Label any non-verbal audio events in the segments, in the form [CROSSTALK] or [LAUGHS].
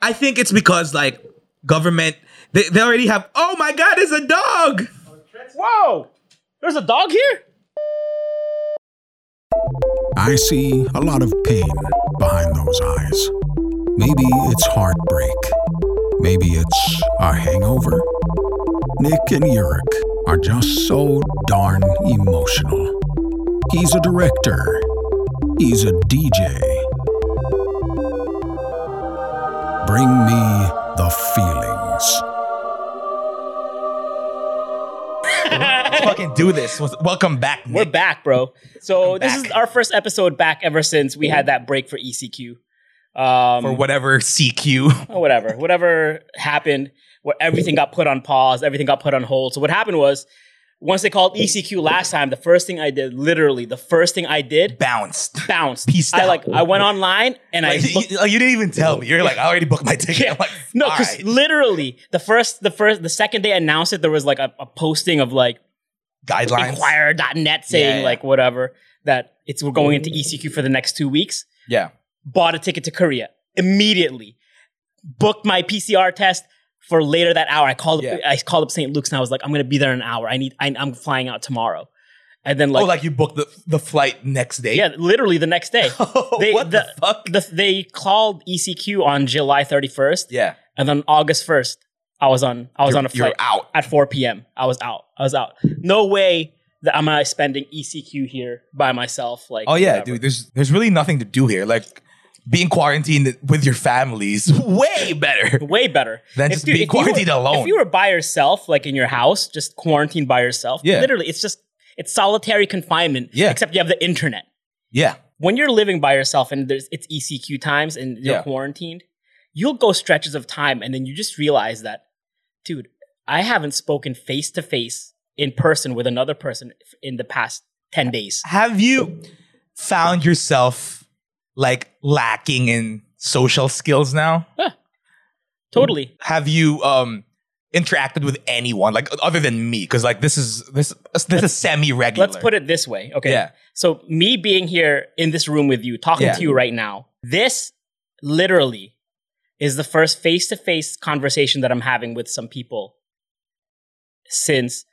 I think it's because like government, they, they already have. Oh my God, it's a dog. Whoa! There's a dog here? I see a lot of pain behind those eyes. Maybe it's heartbreak. Maybe it's a hangover. Nick and Yurik are just so darn emotional. He's a director. He's a DJ. Bring me the feelings. Let's fucking do this. Welcome back. [LAUGHS] We're Nick. back, bro. So Welcome this back. is our first episode back ever since we had that break for ECQ. Um, for whatever CQ. or whatever, whatever happened, where everything got put on pause, everything got put on hold. So what happened was, once they called ECQ last time, the first thing I did, literally the first thing I [LAUGHS] did, Bounced. bounced. Peaced I out. like I went online and I Like, [LAUGHS] booked- you, like, you didn't even tell me. You're like, I already booked my ticket. I'm like, no, all because right, literally the first, the first, the second they announced it, there was like a, a posting of like guidelines. inquire.net saying yeah. like whatever that it's we're going into ECQ for the next two weeks. Yeah. Bought a ticket to Korea immediately. Booked my PCR test for later that hour. I called Yeah. up, I called up St. Luke's and I was like, I'm gonna be there in an hour. I need I, I'm flying out tomorrow. And then like, oh, like you booked the, the flight next day. yeah, literally the next day. [LAUGHS] They- what the, fuck? the- they called ECQ on July 31st, yeah. and then August 1st, I was on I was You're- on a You're flight out. at 4 p.m. I was out. I was out. No way that I'm uh, spending ECQ here by myself. Like, Oh yeah, whatever. dude. There's there's really nothing to do here. Like being quarantined with your families [LAUGHS] way better. way better Than just being you were- quarantined alone. If you were by yourself, like in your house, just quarantined by yourself, Yeah. literally, it's just it's solitary confinement. Yeah. except you have the internet. Yeah, When you're living by yourself and there's it's ECQ times and you're Yeah. quarantined, you'll go stretches of time and then you just realize that, dude, I haven't spoken face to face in person with another person in the past ten days. have you found yourself like lacking in social skills now? Totally. Have you um interacted with anyone like other than me? Because like this is this this is semi regular. Let's put it this way. Okay. Yeah. So me being here in this room with you, talking Yeah. to you right now, this literally is the first face-to-face conversation that I'm having with some people since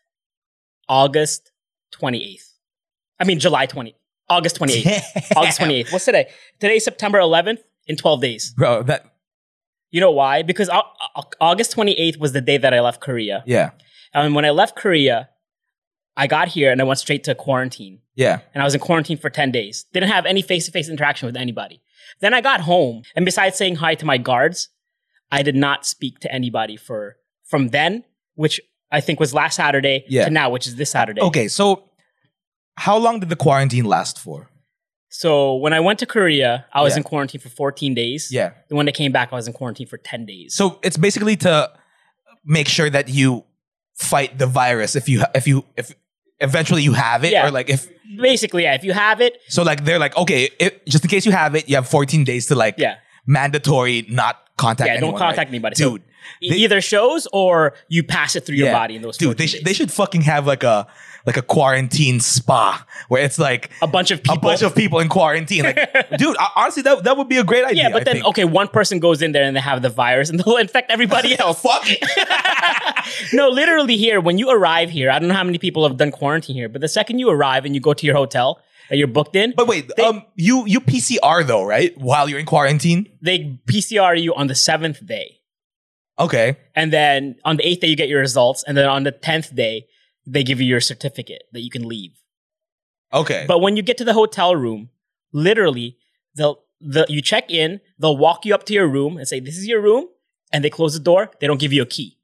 August 28th. I mean July 20th. [LAUGHS] August 28th. August 28th. What's today? Today's September 11th in 12 days. bro. That You know why? Because au- au- August 28th was the day that I left Korea. yeah And when I left Korea, I got here and I went straight to quarantine. yeah And I was in quarantine for 10 days. Didn't have any face to face interaction with anybody. Then I got home. And besides saying hi to my guards, I did not speak to anybody for from then, which I think was last Saturday, Yeah. to now, which is this Saturday. okay. So how long did the quarantine last for? So when I went to Korea, I was Yeah. in quarantine for 14 days. Yeah. And when I came back, I was in quarantine for 10 days. So it's basically to make sure that you fight the virus if you if you if eventually you have it Yeah. or like if basically, yeah, if you have it, so like they're like okay if, just in case you have it you have 14 days to like yeah, mandatory not contact yeah, anyone, don't contact right? anybody. So dude e- they- either shows or you pass it through your yeah. body in those dude they, 14 sh- days. they should fucking have like a like a quarantine spa where it's like a bunch of people. a bunch of people in quarantine [LAUGHS] like dude I- honestly that that would be a great idea Yeah, but I then oh, think. okay, one person goes in there and they have the virus and they'll [LAUGHS] infect everybody else. fuck it. [LAUGHS] no, literally here when you arrive here, I don't know how many people have done quarantine here, but the second you arrive and you go to your hotel that you're booked in, but wait They- um you you PCR though right while you're in quarantine they PCR you on the seventh day, okay and then on the eighth day you get your results, and then on the tenth day they give you your certificate that you can leave. okay But when you get to the hotel room, literally, they'll the you check in, they'll walk you up to your room and say, "This is your room," and they close the door. They don't give you a key.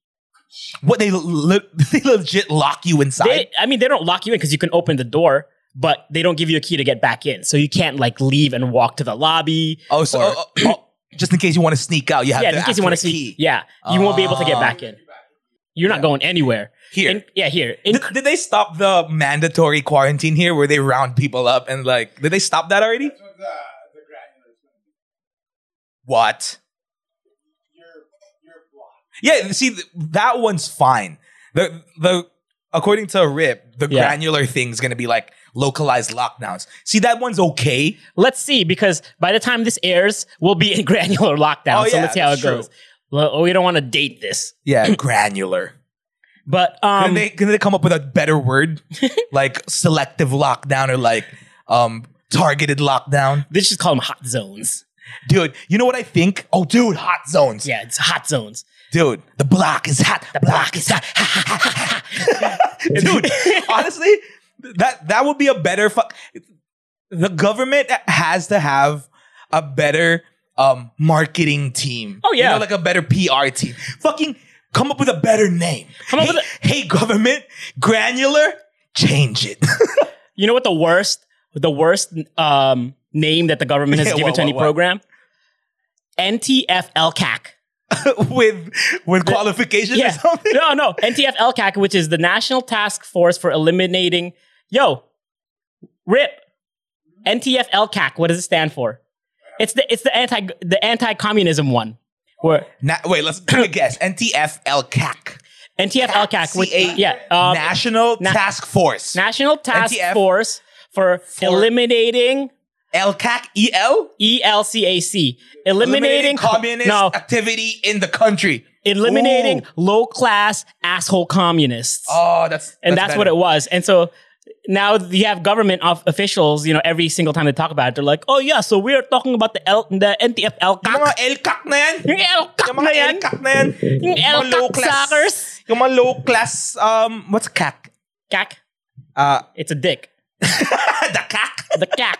What they le- [LAUGHS] they legit lock you inside? They, I mean, they don't lock you in because you can open the door, but they don't give you a key to get back in, so you can't like leave and walk to the lobby. oh, so or- oh, oh, oh, just in case you want to sneak out, you have yeah, to in case ask you for want a to see, key. yeah, you won't be able to get Ah. back in. You're not going anywhere. Here, In- yeah, here. In, did, did they stop the mandatory quarantine here, where they round people up and like? Did they stop that already? What? Yeah, see th- that one's fine. The the according to Rip, the Yeah. granular thing's gonna be like localized lockdowns. See, that one's okay. Let's see, because by the time this airs, we'll be in [LAUGHS] granular lockdown. Oh, so yeah, let's see how it that's true. goes. Well, we don't want to date this, Yeah, [CLEARS THROAT] granular. but Can um, they can they come up with a better [LAUGHS] word, like selective lockdown or like um targeted lockdown? let's just call them hot zones. Dude, you know what I think? Oh, dude, hot zones. Yeah, it's hot zones. Dude, the block is hot. The block is hot. [LAUGHS] [LAUGHS] Dude, honestly, that that would be a better fuck. The government has to have a better um marketing team. Oh, You yeah. know, like a better PR team. Fucking come up with a better name. Come up hey, with hey government, granular, change it. [LAUGHS] You know what the worst, the worst um, name that the government has Yeah, [LAUGHS] given what, to any what, what? program? NTFLCAC. with with qualifications or Yeah. something. [LAUGHS] No, no. NTFLCAC, which is the National Task Force for Eliminating. Yo, RIP. NTFLCAC. What does it stand for? It's the it's the anti the anti communism one. Where Na- wait, let's take a guess. NTFL CAC. NTFLCAC, which CA. yeah, um, National na- Task Force. National Task NTF Force for, for- Eliminating E LCAC, EL? ELCAC, E eliminating, Eliminating co- communist no, activity in the country. eliminating Ooh. low class asshole communists. Oh, that's and that's, what it was. And so now you have government of officials, you know, every single time they talk about it, they're like, oh yeah, so we are talking about the L- the NTFL. Yung mga LCAC na yan. [LAUGHS] Yung LCAC Yung mga na yan. LCAC na yan. Yung LCAC suckers. Yung mga low class, um, what's CAC? CAC. Uh, [LAUGHS] It's a dick. the CAC. The [LAUGHS] CAC.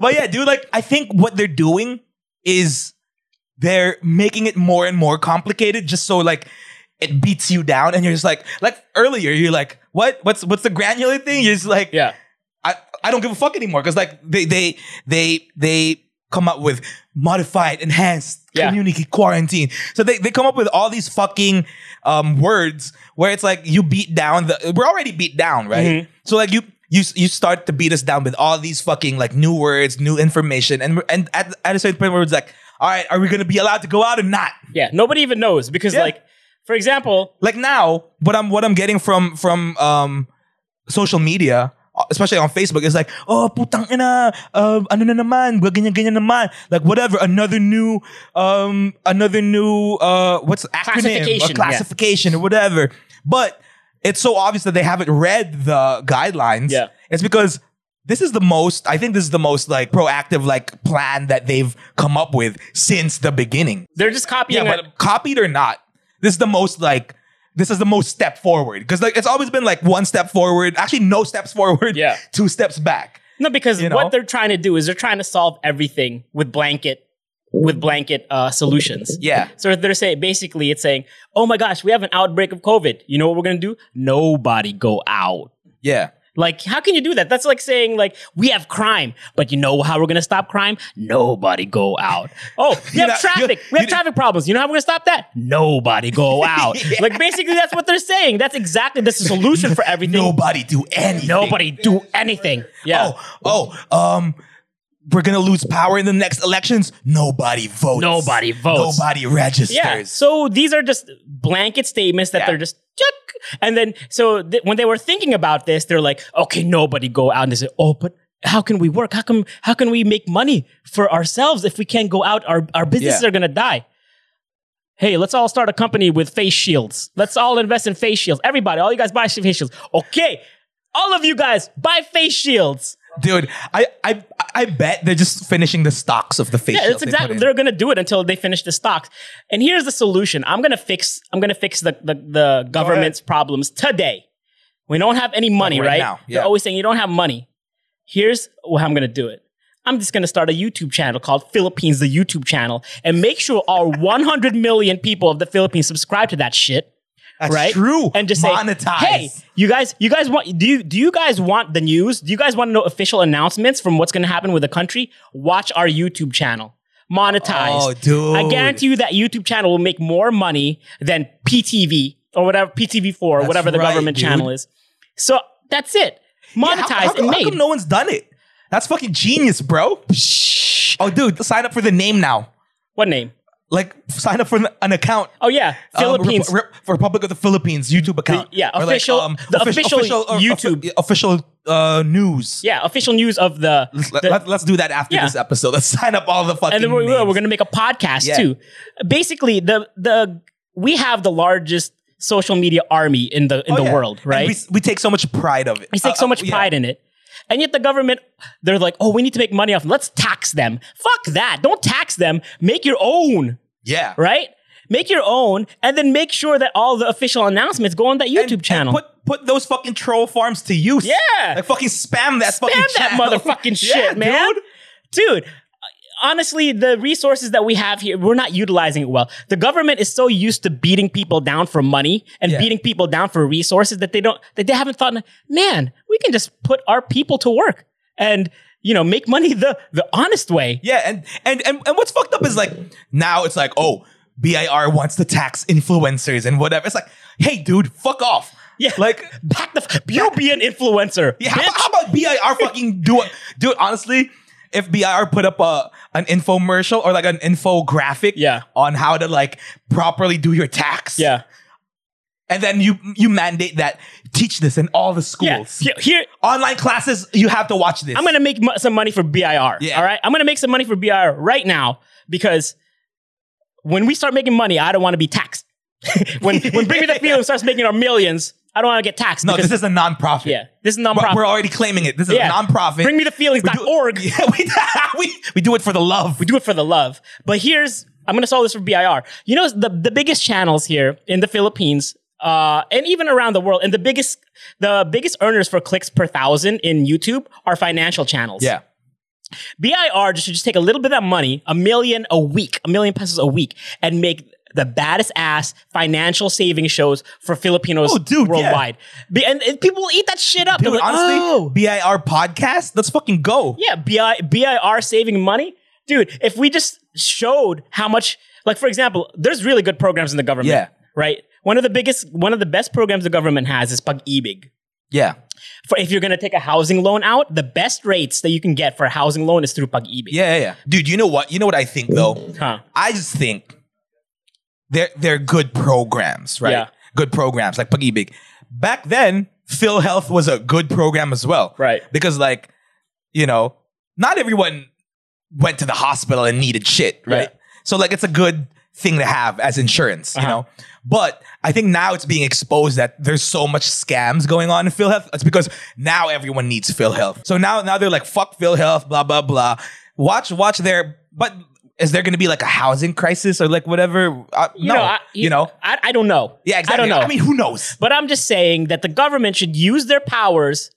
Well, yeah, dude, like, I think what they're doing is they're making it more and more complicated just so, like, it beats you down and you're just like, like earlier, you're like, what? What's what's the granular thing? You're just like, Yeah. I, I don't give a fuck anymore because like they they they they come up with modified, enhanced, Yeah. community quarantine. So they, they come up with all these fucking um, words where it's like you beat down the we're already beat down, right? Mhm. So like you you you start to beat us down with all these fucking like new words, new information, and we're- and at, at a certain point where it's like, all right, are we gonna be allowed to go out or not? Yeah. Nobody even knows because, Yeah. like, for example, like now what i'm what i'm getting from from um social media especially on facebook is like oh putang ina uh, ano na naman ganyan ganyan naman like whatever another new um another new uh what's the acronym Classification, or yeah. classification or whatever but it's so obvious that they haven't read the guidelines Yeah. it's because this is the most i think this is the most like proactive like plan that they've come up with since the beginning they're just yeah, copying. it. but copied or not, this is the most like this is the most step forward because like it's always been like one step forward, actually no steps forward, Yeah. [LAUGHS] two steps back. No, because You know? what they're trying to do is they're trying to solve everything with blanket with blanket uh, solutions. Yeah. So they're saying basically it's saying, oh my gosh, we have an outbreak of COVID. You know what we're gonna do? Nobody go out. Yeah, Like, how can you do that? That's like saying like we have crime, but you know how we're gonna stop crime? Nobody go out. [LAUGHS] Oh, we You know, have traffic. you- we you- have traffic problems. You know how we're gonna stop that? Nobody [LAUGHS] go out. Yeah. Like basically that's what they're saying. That's exactly that's the solution for everything. nobody do anything. Nobody do anything. Yeah. Oh, oh, um, we're gonna lose power in the next elections. Nobody votes. Nobody votes. Nobody registers. Yeah. So these are just blanket statements that Yeah. they're just chuck. And then so th- when they were thinking about this, they're like, okay, nobody go out. And they say, oh, but how can we work? How come? How can we make money for ourselves if we can't go out? Our our businesses Yeah. are gonna die. Hey, let's all start a company with face shields. Let's all invest in face shields. Everybody, all you guys buy face shields. Okay, all of you guys buy face shields. dude, I, I, I bet they're just finishing the stocks of the face. Yeah, shields that's they put exactly. in. They're going to do it until they finish the stocks. And here's the solution. I'm going to fix. I'm going to fix the the, the government's problems today. We don't have any money, right right? now, yeah. They're always saying you don't have money. Here's how I'm going to do it. I'm just going to start a YouTube channel called Philippines the YouTube channel and make sure all 100 million people of the Philippines subscribe to that shit. That's right? True. And just monetize. say, hey, you guys, you guys want do you do you guys want the news? Do you guys want to know official announcements from what's going to happen with the country? Watch our YouTube channel. Monetize. Oh, dude. I guarantee you that YouTube channel will make more money than PTV or whatever PTV four, That's whatever the right, government dude. channel is. So that's it. Monetize Yeah, how, how, and come- made. How come no one's done it? That's fucking genius, bro. Oh, dude, sign up for the name now. what name? like sign up for an- an account. Oh yeah, um, Philippines. Rep- Rep- Republic of the Philippines YouTube account. yeah, Or official- the offic- official or- offi- YouTube. yeah, official uh, news. yeah, official news of the. Let's, the- let, us do that after Yeah. this episode. Let's [LAUGHS] sign up all the fucking. and then we will. names. We're gonna make a podcast Yeah. too. Basically, the the we have the largest social media army in the in Oh, the yeah. world, And right? we, we take so much pride of it. We Uh, take so uh, much yeah. pride in it. And yet the government, they're like, oh, we need to make money off them. Let's tax them. Fuck that. Don't tax them. Make your own, Yeah. right? Make your own, and then make sure that all the official announcements go on that YouTube And- and channel. put put those fucking troll farms to use. Yeah. Like fucking spam that fucking Spam that channel. motherfucking shit, [LAUGHS] Yeah, man. dude. Dude. Honestly, the resources that we have here, we're not utilizing it well. The government is so used to beating people down for money and Yeah. beating people down for resources that they don't that they haven't thought, man, we can just put our people to work and you know make money the the honest way. Yeah, and, and and and what's fucked up is like now it's like, oh, BIR wants to tax influencers and whatever. It's like, hey dude, fuck off. Yeah. [LAUGHS] Like Back the f- you be an influencer. yeah, [LAUGHS] bitch. how, how about BIR fucking do it? Dude, honestly, if BIR put up a an infomercial or like an infographic Yeah. on how to like properly do your tax. yeah. And then you you mandate that teach this in all the Yeah. schools. Here, here- Online classes, you have to watch this. I'm gonna make mo- some money for BIR. Yeah. All right, I'm gonna make some money for BIR right now because when we start making money, I don't want to be taxed. [LAUGHS] when when Bring Me the Field starts making our millions, I don't want to get taxed. No, because, this is a nonprofit. [LAUGHS] yeah, this is We're, nonprofit. we're already claiming it. This is Yeah. a nonprofit. Bring Me the We do- [LAUGHS] Feelings.org. Yeah, we, we, we do it for the love. We [LAUGHS] do it for the love. But here's I'm gonna solve this for BIR. You know the the biggest channels here in the Philippines, uh, and even around the world, and the biggest the biggest earners for clicks per thousand in YouTube are financial channels. Yeah. BIR just should just take a little bit of that money, a million a week, a million pesos a week, and make the baddest ass financial saving shows for Filipinos Oh, dude, yeah. worldwide. Be- and, and people will eat that shit up. They'll Dude, be like, honestly, "Oh." BIR podcast, let's fucking go. yeah, BI, BIR saving money. Dude, if we just showed how much, like, for example, there's really good programs in the government, Yeah. right? One of the biggest, one of the best programs the government has is Pag-ibig. Yeah. For if you're going to take a housing loan out, the best rates that you can get for a housing loan is through Pag-ibig. Yeah, yeah, yeah. Dude, you know what? You know what I think though? Huh. I just think they're they're good programs, right? Yeah. Good programs like Pag-ibig. Back then, Phil Health was a good program as well. Right. Because like, you know, not everyone went to the hospital and needed shit, right? Yeah. So like it's a good thing to have as insurance, you Uh-huh. know. But I think now it's being exposed that there's so much scams going on in PhilHealth. It's because now everyone needs PhilHealth. So now now they're like fuck PhilHealth, blah blah blah. Watch watch their but is there going to be like a housing crisis or like whatever? Uh, You no, know, I, you know. I, I don't know. Yeah, exactly. I don't know. I mean, who knows? but I'm just saying that the government should use their powers.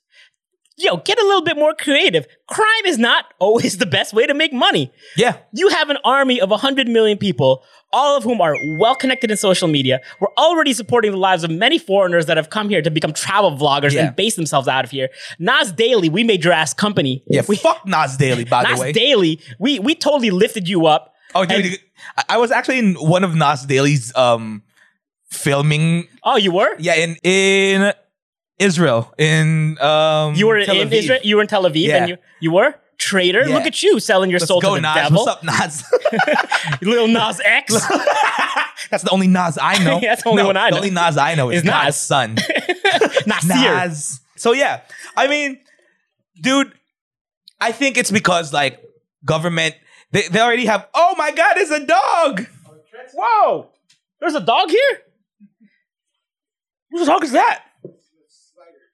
Yo, get a little bit more creative. Crime is not [LAUGHS] always the best way to make money. Yeah. You have an army of 100 million people, all of whom are well connected in social media. We're already supporting the lives of many foreigners that have come here to become travel vloggers Yeah. and base themselves out of here. Nas Daily, we made your ass company. Yeah, we, fuck Nas Daily, by Nas the way. Daily, we, we totally lifted you up. Oh, dude, And- I- I was actually in one of Nas Daily's um, filming. Oh, you were? Yeah, in in Israel, in um, You were Tel in Aviv. Israel. You were in Tel Aviv, Yeah. and you you were traitor. Yeah. Look at you selling your Let's soul go, to the Nas. devil, [LAUGHS] What's up, Nas? [LAUGHS] little Nas X. That's the only Nas [LAUGHS] I know. That's the only one I know. The only Nas I know is Is Nas. Nas' [LAUGHS] son. Nasir. Nas. So yeah, I mean, dude, I think it's because like government, they, they already have. Oh my God, it's a dog. Whoa! There's a dog here. Whose dog is that?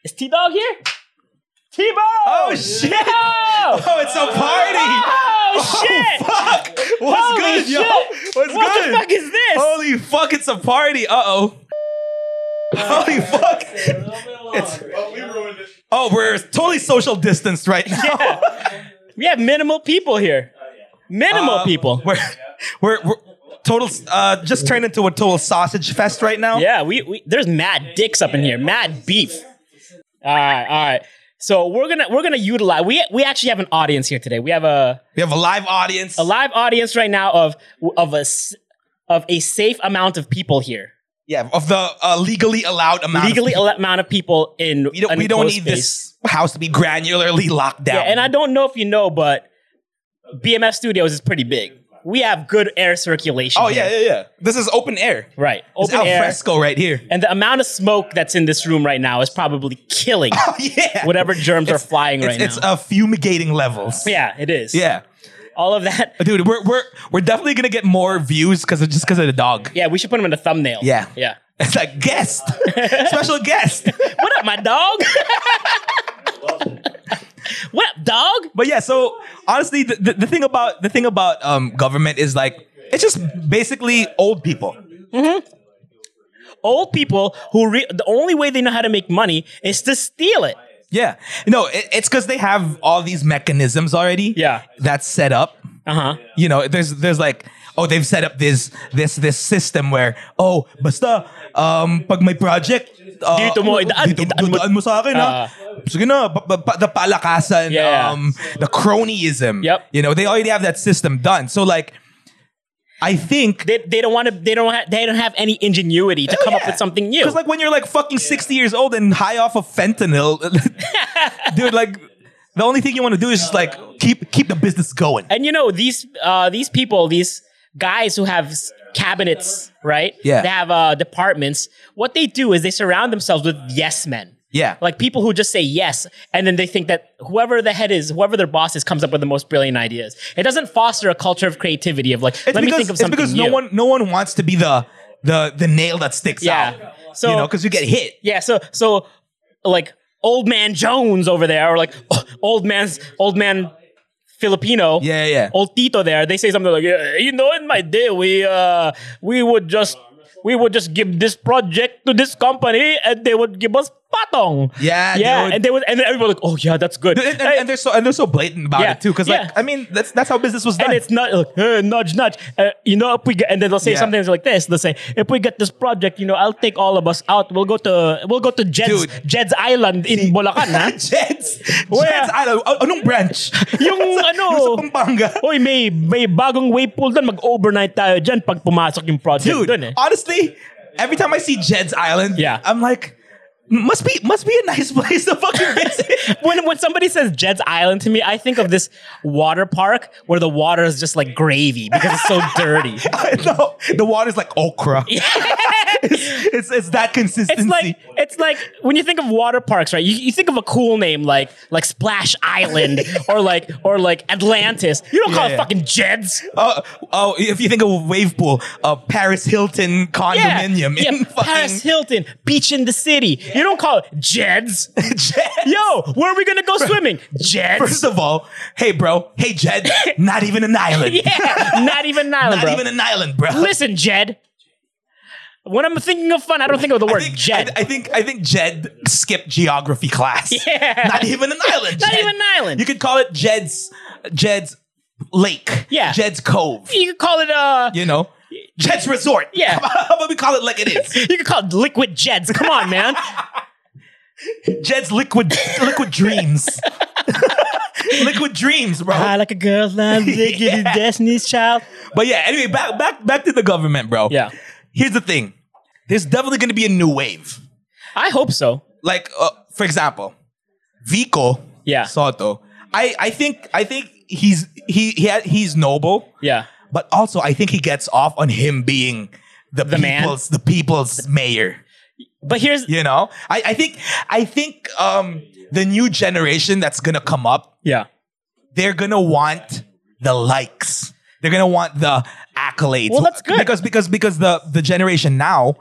Is T Dog here? T Dog. Oh shit! Oh, Oh, it's a [LAUGHS] party. shit! Oh, fuck. What's Holy good, yo? shit. What's what good? Oh, the fuck is this? Holy fuck, it's a party. Uh oh. Holy fuck. Oh, we ruined it. Oh, we're totally social distanced right now. [LAUGHS] [LAUGHS] we have minimal people here. Minimal Uh, people. We're, we're, we're total, uh, just turned into a total sausage fest right now. Yeah, we, we there's mad dicks up in here, mad beef. All right, all right. So we're gonna we're gonna utilize. We we actually have an audience here today. We have a We have a live audience. a live audience right now of of a s- of a safe amount of people here, yeah, of the uh, legally allowed amount. of legally people. al- amount of people in. We don't, an we don't enclosed need this space. house to be granularly locked down. Yeah, and I don't know if you know, but BMF Studios is pretty big. we have good air circulation. Oh here. yeah, yeah, yeah. This is open air. Right. It's Open al air. fresco right here. [LAUGHS] And the amount of smoke that's in this room right now is probably [LAUGHS] killing Oh, yeah. whatever germs are flying It's, right it's now. uh, fumigating levels. yeah, it is. Yeah. All of that. [LAUGHS] Dude, we're we're we're definitely gonna get more views because of just because of the dog. [LAUGHS] Yeah, we should put him in a thumbnail. Yeah. Yeah. It's like guest, [LAUGHS] special guest. What up, my dog? [LAUGHS] what up, dog? But yeah, so honestly, the, the, the thing about the thing about um, government is like it's just basically old people. Old people who re- the only way they know how to make money is to steal it. Yeah, no, it, it's because they have all these mechanisms already. Yeah. that's set up. Uh huh. You know, there's there's like oh they've set up this this this system where oh basta um pag may project uh, Dito mo idaan, dito, idaan mo- dadaan mo sa akin Ah. ha. Sige na, pa- pa- pa- the palakasan, Yeah. um, the cronyism. Yep. You know, they already have that system done. So like, I think They, they don't want to. They don't. Ha- they don't have any ingenuity to come up with something new. Because Oh, like when you're like fucking 60 years old and high off of fentanyl, [LAUGHS] dude, like the only thing you want to do is just like keep keep the business going. and you know these uh, these people, these guys who have s- cabinets, right? Yeah. They have uh, departments. What they do is they surround themselves with yes men. Yeah. Like people who just say yes, and then they think that whoever the head is, whoever their boss is, comes up with the most brilliant ideas. It doesn't foster a culture of creativity. Of like, It's let because, me think of something it's because new. no one no one wants to be the the the nail that sticks yeah. out. So you know, because you get hit. Yeah, so so like old man Jones over there, or like [LAUGHS] old man's old man Filipino. Yeah, yeah, yeah. Old Tito there, they say something like, "Yeah, you know, in my day we uh we would just we would just give this project to this company and they would give us patong. Yeah, Yeah. dude. And they would and everyone like, oh yeah, that's good. And, and, Hey, and they're so and they're so blatant about Yeah, it too. Because yeah. like I mean that's that's how business was done. and it's not like "Eh, nudge nudge uh, you know if we get, and then they'll say Yeah. something like this they'll say if we get this project you know i'll take all of us out we'll go to we'll go to jed's Dude. jed's island in bulacan [LAUGHS] huh? Jets, Where? Jets Island. An- Anong branch? [LAUGHS] [LAUGHS] Yung Sa- ano? Yung sa Pampanga. Oy, may, may bagong wave pool doon. Mag-overnight tayo dyan pag pumasok yung project dude. doon eh. Honestly, every time I see Jed's Island, Yeah. I'm like, must be must be a nice [LAUGHS] place to fucking visit. [LAUGHS] When, when somebody says Jed's Island to me, I think of this water park where the water is just like gravy because it's [LAUGHS] so dirty. no, the water's like okra. it's, [LAUGHS] it's it's that consistency. It's like it's like when you think of water parks, right? You, you think of a cool name like like Splash Island or like or like Atlantis. You don't call Yeah, it yeah. fucking Jed's. oh, oh, if you think of wave pool, uh, Paris Hilton condominium yeah, in [LAUGHS] fucking Paris Hilton, beach in the city. You don't call it Jed's. Jed. Yo, where are we gonna [LAUGHS] go swimming? Jed's. First of all, hey bro, hey [LAUGHS] Jed, not even an island. yeah, not even an island, Not bro. even an island, bro. Listen, Jed. When I'm thinking of fun, I don't think of the I word think, Jed. I, I think I think Jed skipped geography class. Yeah. Not even an island. Not Jed. even an island. You could call it Jed's Jed's Lake. Yeah. Jed's Cove. you could call it uh, You know, Jed's Resort. Yeah. [LAUGHS] How about we call it like it is? you could call it liquid Jeds. Come on, man. Jed's Liquid Liquid Dreams. [LAUGHS] liquid Dreams, bro. [LAUGHS] I like a girl, I'm [LAUGHS] liquid Yeah. Destiny's Child. but yeah. Anyway, back back back to the government, bro. Yeah, Here's the thing. There's definitely going to be a new wave. I hope so. like uh, for example, Vico Yeah. Soto. I, I think I think he's he, he ha- he's noble, Yeah, but also I think he gets off on him being the, The man? people's the people's mayor. but here's You know, I, I think I think um, the new generation that's gonna come up, yeah. they're gonna want the likes. They're gonna want the accolades. Well, that's good. because because because the the generation now.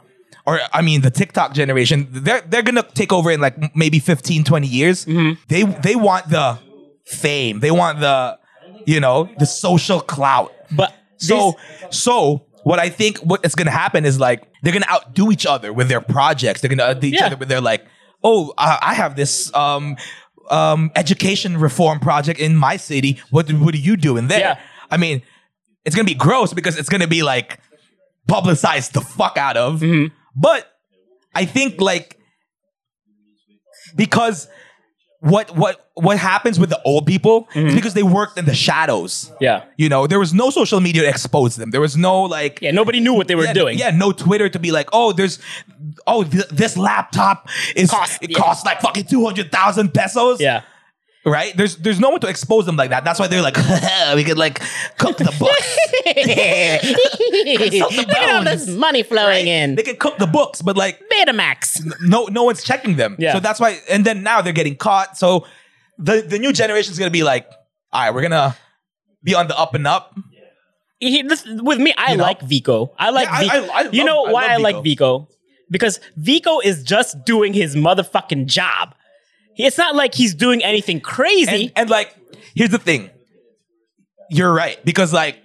Or I mean the TikTok generation, they're they're gonna take over in like m- maybe 15, 20 years. Mm-hmm. They they want the fame. They want the you know the social clout. But So so what I think what is gonna happen is like they're gonna outdo each other with their projects. They're gonna outdo each Yeah. other with their like, oh, I, I have this um um education reform project in my city. What do- what are you doing there? Yeah. I mean, it's gonna be gross because it's gonna be like publicized the fuck out of. Mm-hmm. But I think like because what what what happens with the old people Mm-hmm. is because they worked in the shadows. yeah, You know, there was no social media to expose them. There was no like yeah. Nobody knew what they were yeah, doing. Yeah, no Twitter to be like, oh, there's oh th- this laptop is Cost- it yeah. costs like fucking two hundred thousand pesos. yeah. right? There's there's no one to expose them like that. That's why they're like, [LAUGHS] we could like cook the [LAUGHS] books. Look at all this money flowing in. they could cook the books, but like Betamax. no no one's checking them. Yeah. So that's why and then now they're getting caught. So the the new generation is gonna be like, all right, we're gonna be on the up and up. He- this- with me, I You know? like Vico. I like Yeah, I- Vico. I- I you love- know I why I, love like Vico? Because Vico is just doing his motherfucking job. It's not like he's doing anything crazy. And, and like, here's the thing. You're right because like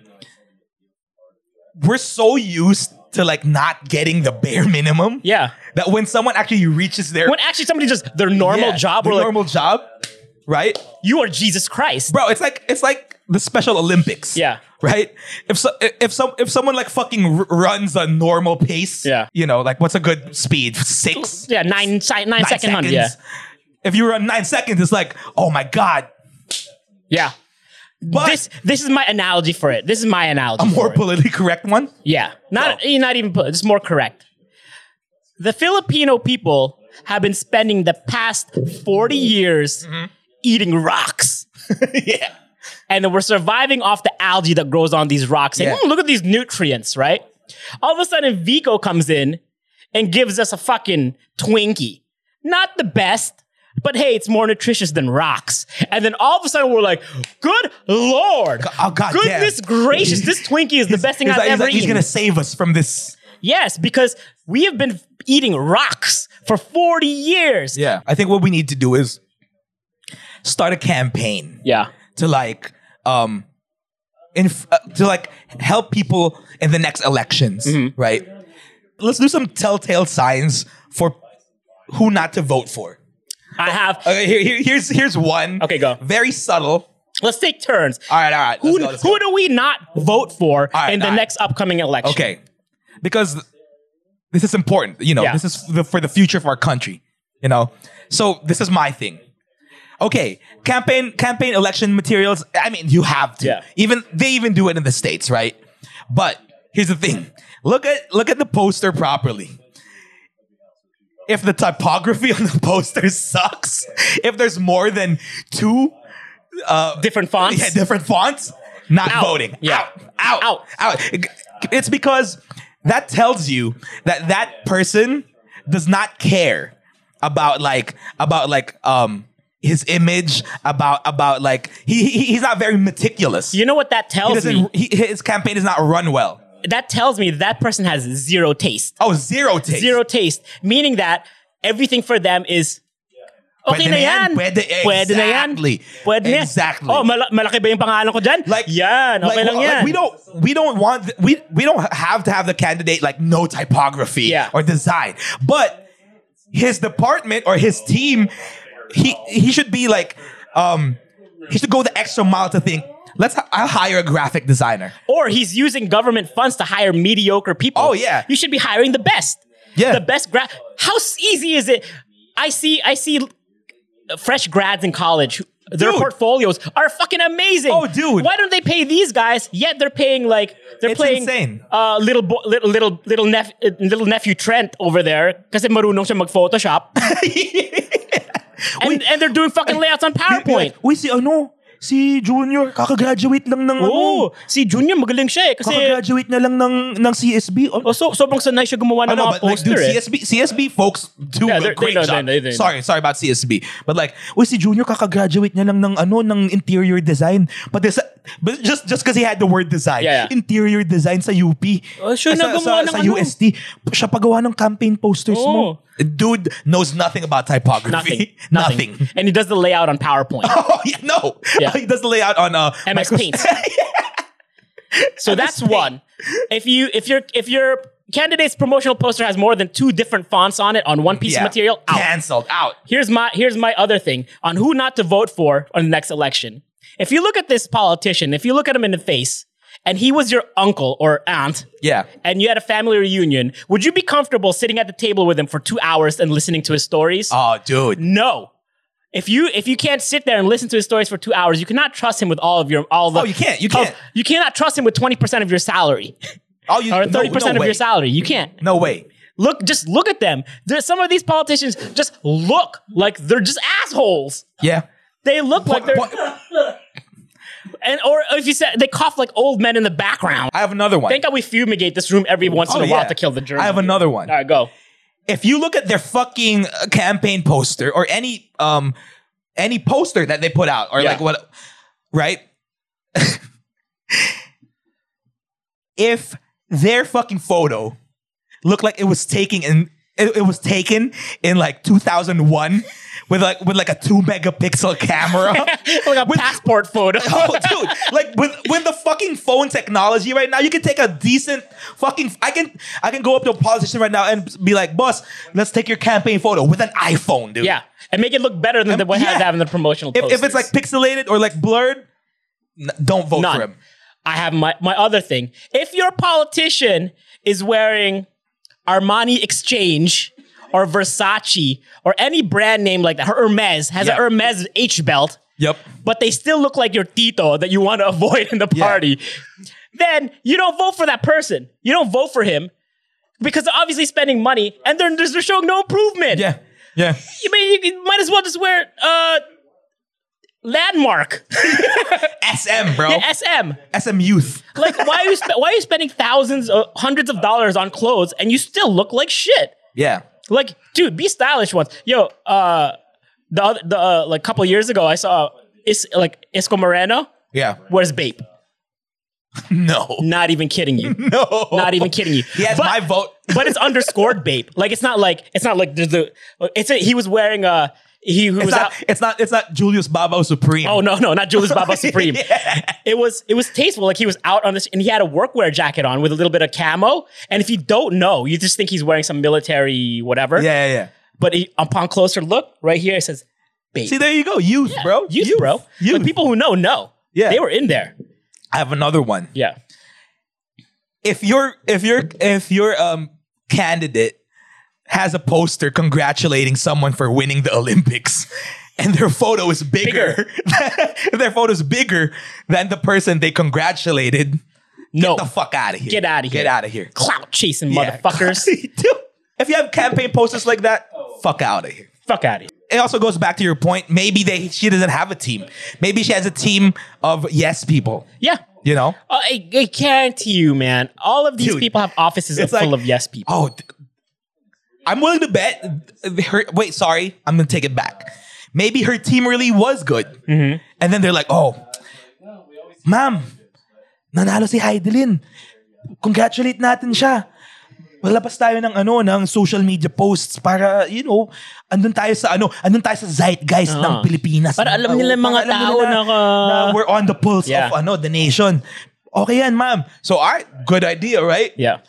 we're so used to like not getting the bare minimum yeah. that when someone actually reaches their When actually somebody just their normal Yeah, job, their we're like, normal job, right? you are Jesus Christ. Bro, it's like it's like the Special Olympics. Yeah. Right. If so, if some if someone like fucking r- runs a normal pace. Yeah. You know, like what's a good speed? Six. Yeah, nine, si- nine nine second hunt. Yeah. If you run nine seconds, it's like, oh my god, Yeah. But- this this is my analogy for it. This is my analogy. a more for it. politically correct one. Yeah. Not eh, not even put it's more correct. The Filipino people have been spending the past 40 years eating rocks. Mm-hmm. [LAUGHS] yeah. And we're surviving off the algae that grows on these rocks. And Yeah. "Hmm, look at these nutrients, right? All of a sudden, Vico comes in and gives us a fucking Twinkie. Not the best, but hey, it's more nutritious than rocks. And then all of a sudden, we're like, good lord. Oh, God damn. goodness gracious, this Twinkie is the best thing He's I've like, he's, ever like, he's eaten. gonna save us from this. Yes, because we have been eating rocks for 40 years. Yeah. I think what we need to do is start a campaign. Yeah. to like um inf- uh, to like help people in the next elections Mm-hmm. right let's do some telltale signs for who not to vote for I have. okay here, here- here's here's one Okay, go. very subtle Let's take turns. all right all right Who, let's go, let's who go. do we not vote for right, in the all right. next upcoming election? okay because this is important you know Yeah. this is the, for the future of our country you know so this is my thing okay campaign campaign election materials i mean you have to Yeah. even they even do it in the states right but here's the thing look at look at the poster properly if the typography [LAUGHS] on the poster sucks if there's more than two Different fonts. yeah, different fonts. Not Out. voting. Yeah. Out. Out. Out. Out. It's because that tells you that that person does not care about like about like um his image about about like he, he he's not very meticulous. you know what that he tells me? doesn't he, his campaign is not run well. That tells me that person has zero taste. Oh, zero taste. Zero taste, meaning that everything for them is Okay Pwede na na yan, yan. pwede- Pwede na yan. exactly. Pwede na yan. Exactly. Oh, mala- malaki ba yung pangalan ko dyan? Like yan. Okay like, lang well, yan. like, we don't we don't want th- we we don't have to have the candidate like no typography Yeah. or design, but his department or his team, he he should be like, um, he should go the extra mile to think. Let's h- I'll hire a graphic designer. Or he's using government funds to hire mediocre people. Oh, yeah. You should be hiring the best. Yeah. The best grad. How s- easy is it? I see I see fresh grads in college. Their Dude. portfolios are fucking amazing. Oh, dude. Why don't they pay these guys? Yet they're paying like they're It's playing insane. Uh, little bo- little little little, nep- uh, little nephew Trent over there kasi marunong siya [LAUGHS] mag Photoshop. and, and they're doing fucking layouts on PowerPoint. Uy, si ano? Si Junior, kakagraduate lang ng ano? Oh, si Junior magaling siya eh kasi Kakagraduate na lang ng, ng CSB. Oh, Oh, so, sobrang sanay siya gumawa ng I know, mga but like, poster dude, eh. CSB, CSB folks do Yeah, a they're- great they know, job. they know, they know. Sorry, sorry about CSB, but like, uy, si Junior kakagraduate niya lang ng ano, ng interior design. But this, but just just because he had the word design, Yeah, yeah. interior design sa UP, Oh, siya sa, na sa, gumawa ng sa ano. UST, siya pagawa ng campaign posters Oo. mo. Eh, Dude knows nothing about [LAUGHS] Nothing. typography. Nothing. And he does the layout on PowerPoint. [LAUGHS] Oh yeah, no. Yeah. he does the layout on uh, MS Microsoft- [LAUGHS] Paint. so that's Paint. one. If you if your if your candidate's promotional poster has more than two different fonts on it on one piece Yeah. of material, out. Cancelled out. Here's my here's my other thing on who not to vote for on the next election. If you look at this politician, if you look at him in the face, and he was your uncle or aunt, Yeah. and you had a family reunion, would you be comfortable sitting at the table with him for two hours and listening to his stories? Oh, dude. No. If you if you can't sit there and listen to his stories for two hours, you cannot trust him with all of your all the. Oh, you can't, you all- can't. You cannot trust him with twenty percent of [LAUGHS] your salary Oh, you or no- thirty no percent way. of your salary. You can't No way. look. Just look at them. There's some of these politicians just look like they're just assholes. Yeah. They look like they're and or if you said they cough like old men in the background. I have another one. Thank God we fumigate this room every once in Oh, a while yeah. to kill the germs. I have another one. All right, go. [LAUGHS] if you look at their fucking uh, campaign poster or any um any poster that they put out or Yeah. like what right [LAUGHS] if their fucking photo looked like it was taken in it, it was taken in like 2001 with like with like a 2 megapixel [LAUGHS] camera like a With- passport photo. [LAUGHS] Oh, dude! Like with with the fucking phone technology right now, you can take a decent fucking. I can I can go up to a politician right now and be like, "Boss, let's take your campaign photo with an iPhone, dude." [LAUGHS] yeah, and make it look better than the what yeah. has having the promotional. If, if it's posters. like pixelated or like blurred, n- don't vote None. for him. I have my, my other thing. If your politician is wearing Armani Exchange or Versace or any brand name like that, or Hermes has Yeah. a Hermes H belt, Yep. but they still look like your Tito that you want to [LAUGHS] avoid in the Yeah. party, then you don't vote for that person. You don't vote for him because they're obviously spending money and they're, they're showing no improvement. Yeah. Yeah. You, may, you might as well just wear uh, Landmark, [LAUGHS] SM, bro. SM. SM youth. Like, why are you spe- why are you spending thousands, uh, hundreds of dollars on clothes and you still look like shit? Yeah. Like, dude, be stylish once. Yo, uh, the other, the uh, like couple years ago, I saw is like Isco Moreno Yeah. [LAUGHS] wears Bape. No. [LAUGHS] Not even kidding you. No. Not even kidding you. He has but, my vote. [LAUGHS] but it's underscored Bape. Like, it's not like it's not like there's the. It's a, he was wearing uh he who It's was not, out. it's not. It's not Julius Babo Supreme. Oh no, no, not Julius [LAUGHS] Baba Supreme. It was it was tasteful. Like he was out on this, and he had a workwear jacket on with a little bit of camo. And if you don't know, you just think he's wearing some military whatever. Yeah. Yeah. yeah. But he, upon closer look, right here it says, "Babe, See, there you go. Youth, bro. youth, bro." Youth. Like people who know know. Yeah. they were in there. I have another one. Yeah, if your if your if your um candidate has a poster congratulating someone for winning the Olympics [LAUGHS] and their photo is bigger, [LAUGHS] their photo is bigger than the person they congratulated no the fuck out of here Get outta here. get out of here clout chasing Yeah. [LAUGHS] [LAUGHS] motherfuckers. Dude, if you have campaign posters like that fuck out of here Fuck out of here. it also goes back to your point maybe they she doesn't have a team maybe she has a team of yes people Yeah. you know Uh, I, I guarantee you, man. All of these Dude, people have offices it's full like- of yes people. Oh, th- I'm willing to bet. th- Her, wait, sorry, I'm gonna take it back. Maybe her team really was good, Mm-hmm. and then they're like, "Oh, ma'am, nanalo si Heidelin. Congratulate natin siya. Malabas tayo ng ano ng social media posts para you know andun tayo sa ano andun tayo sa zeitgeist ng Pilipinas Uh-huh. Para Oh, alam nila yung para mga alam tao nila na ka- na we're on the pulse Yeah. of ano the nation okay yan ma'am so alright good idea right Yeah.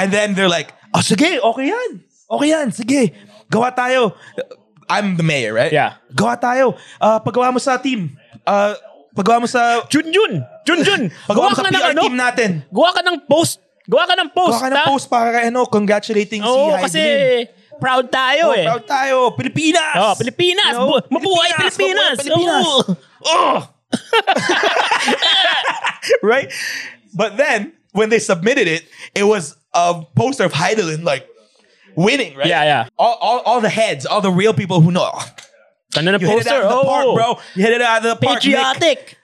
And then they're like, oh, sige, okay yan. Okay yan, sige. Gawa tayo. I'm the mayor, right? Yeah. Gawa tayo. Uh, paggawa mo sa team. Uh, paggawa mo sa... Jun Jun, Jun [LAUGHS] Jun. Paggawa mo sa Gawa ka ng PR ano? team natin. Gawa ka ng post. Gawa ka ng post. Gawa ka ng ha? post para kay, ano, congratulating si Oo, Heidelin. kasi proud tayo Oh, eh. proud tayo. Pilipinas! Oh, Pilipinas! You know? Bu- mabuhay Pilipinas! Pilipinas! Oo. [LAUGHS] right? But then, when they submitted it, it was a poster of Heidelin, like, winning, right? Yeah, yeah. All, all, all the heads, all the real people who know. And then a You hit it poster. out of the oh, park, bro. You hit it out of the park. Nick. Patriotic.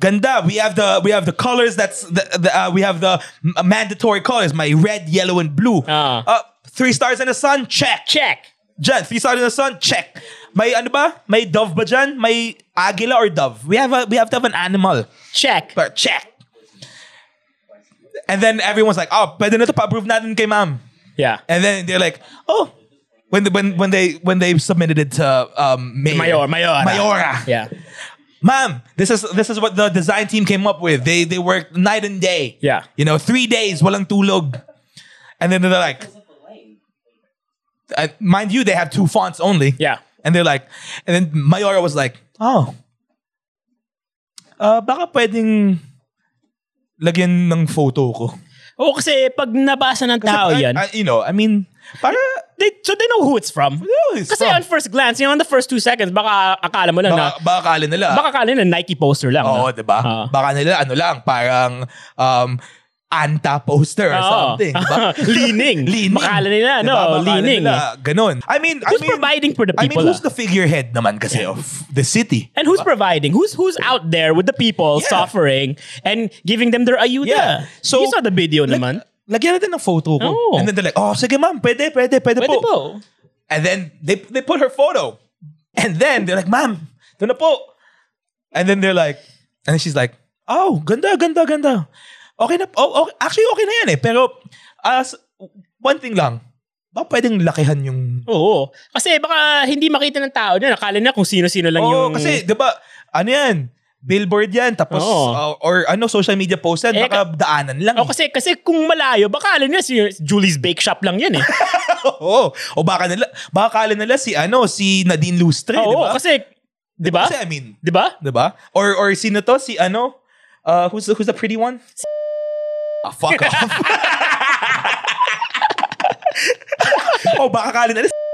Ganda. We have the we have the colors. That's the, the uh, we have the m- mandatory colors. My red, yellow, and blue. Ah. Uh, three stars in the sun. Check. Check. Jan, three stars in the sun. Check. May ano ba? May dove ba dyan? May agila or dove? We have a we have to have an animal. Check. But check. And then everyone's like, oh, pwede na to pa-approve natin kay ma'am. yeah. And then they're like, oh, when the, when when they when they submitted it to um mayor, Mayor, Mayora. Mayora. Yeah. Ma'am, this is this is what the design team came up with. They they worked night and day. Yeah. You know, three days, walang tulog. And then they're like, Uh, mind you, they have two fonts only. Yeah. And they're like, and then Mayora was like, oh, uh, baka pwedeng lagyan ng photo ko. Oo, kasi pag nabasa ng tao I- yan, I- you know, I mean, para, they, so they know who it's from. know who it's kasi from. on first glance, you know, on the first two seconds, baka akala mo lang na, baka, baka akala nila. baka akala na Nike poster lang. Oo, diba? no? di ba? Ah. Baka nila ano lang, parang um, anta poster or Oo. something. diba? [LAUGHS] Leaning. [LAUGHS] Leaning. Diba? Makala nila, no, Makala leaning. nila, ganun. I mean, Who's I mean, providing for the I mean, people? who's ah? the figurehead naman kasi of the city? and who's providing? Who's who's out there with the people Yeah. suffering and giving them their ayuda? Yeah. So- you saw the video naman. Lagyan natin ng photo ko. Oo. And then they're like, oh, sige ma'am, pwede, pwede, pwede, Pwede po. po. And then they, they put her photo. And then they're like, ma'am, doon na po. And then they're like, and then she's like, oh, ganda, ganda, ganda. Okay na, oh, okay, actually okay na yan eh. Pero, as, one thing lang, baka pwedeng lakihan yung... Oo. Kasi baka hindi makita ng tao na nakala na kung sino-sino lang Oo, yung... kasi, di ba, ano yan, billboard yan, tapos, Oo. uh, or ano, social media post yan, Eh, baka daanan lang. O kasi, kasi kung malayo, baka alam nila si Julie's Bake Shop lang yan eh. [LAUGHS] [LAUGHS] Oo. O baka nila, baka kala nila si ano, si Nadine Lustre, di Oo, ba? kasi, di ba? Kasi, I mean, Di ba? di ba? Or, or sino to? Si ano? Uh, who's, the, who's the pretty one? [LAUGHS] Ah, fuck [LAUGHS] off. o Oh, baka kala nila si [LAUGHS]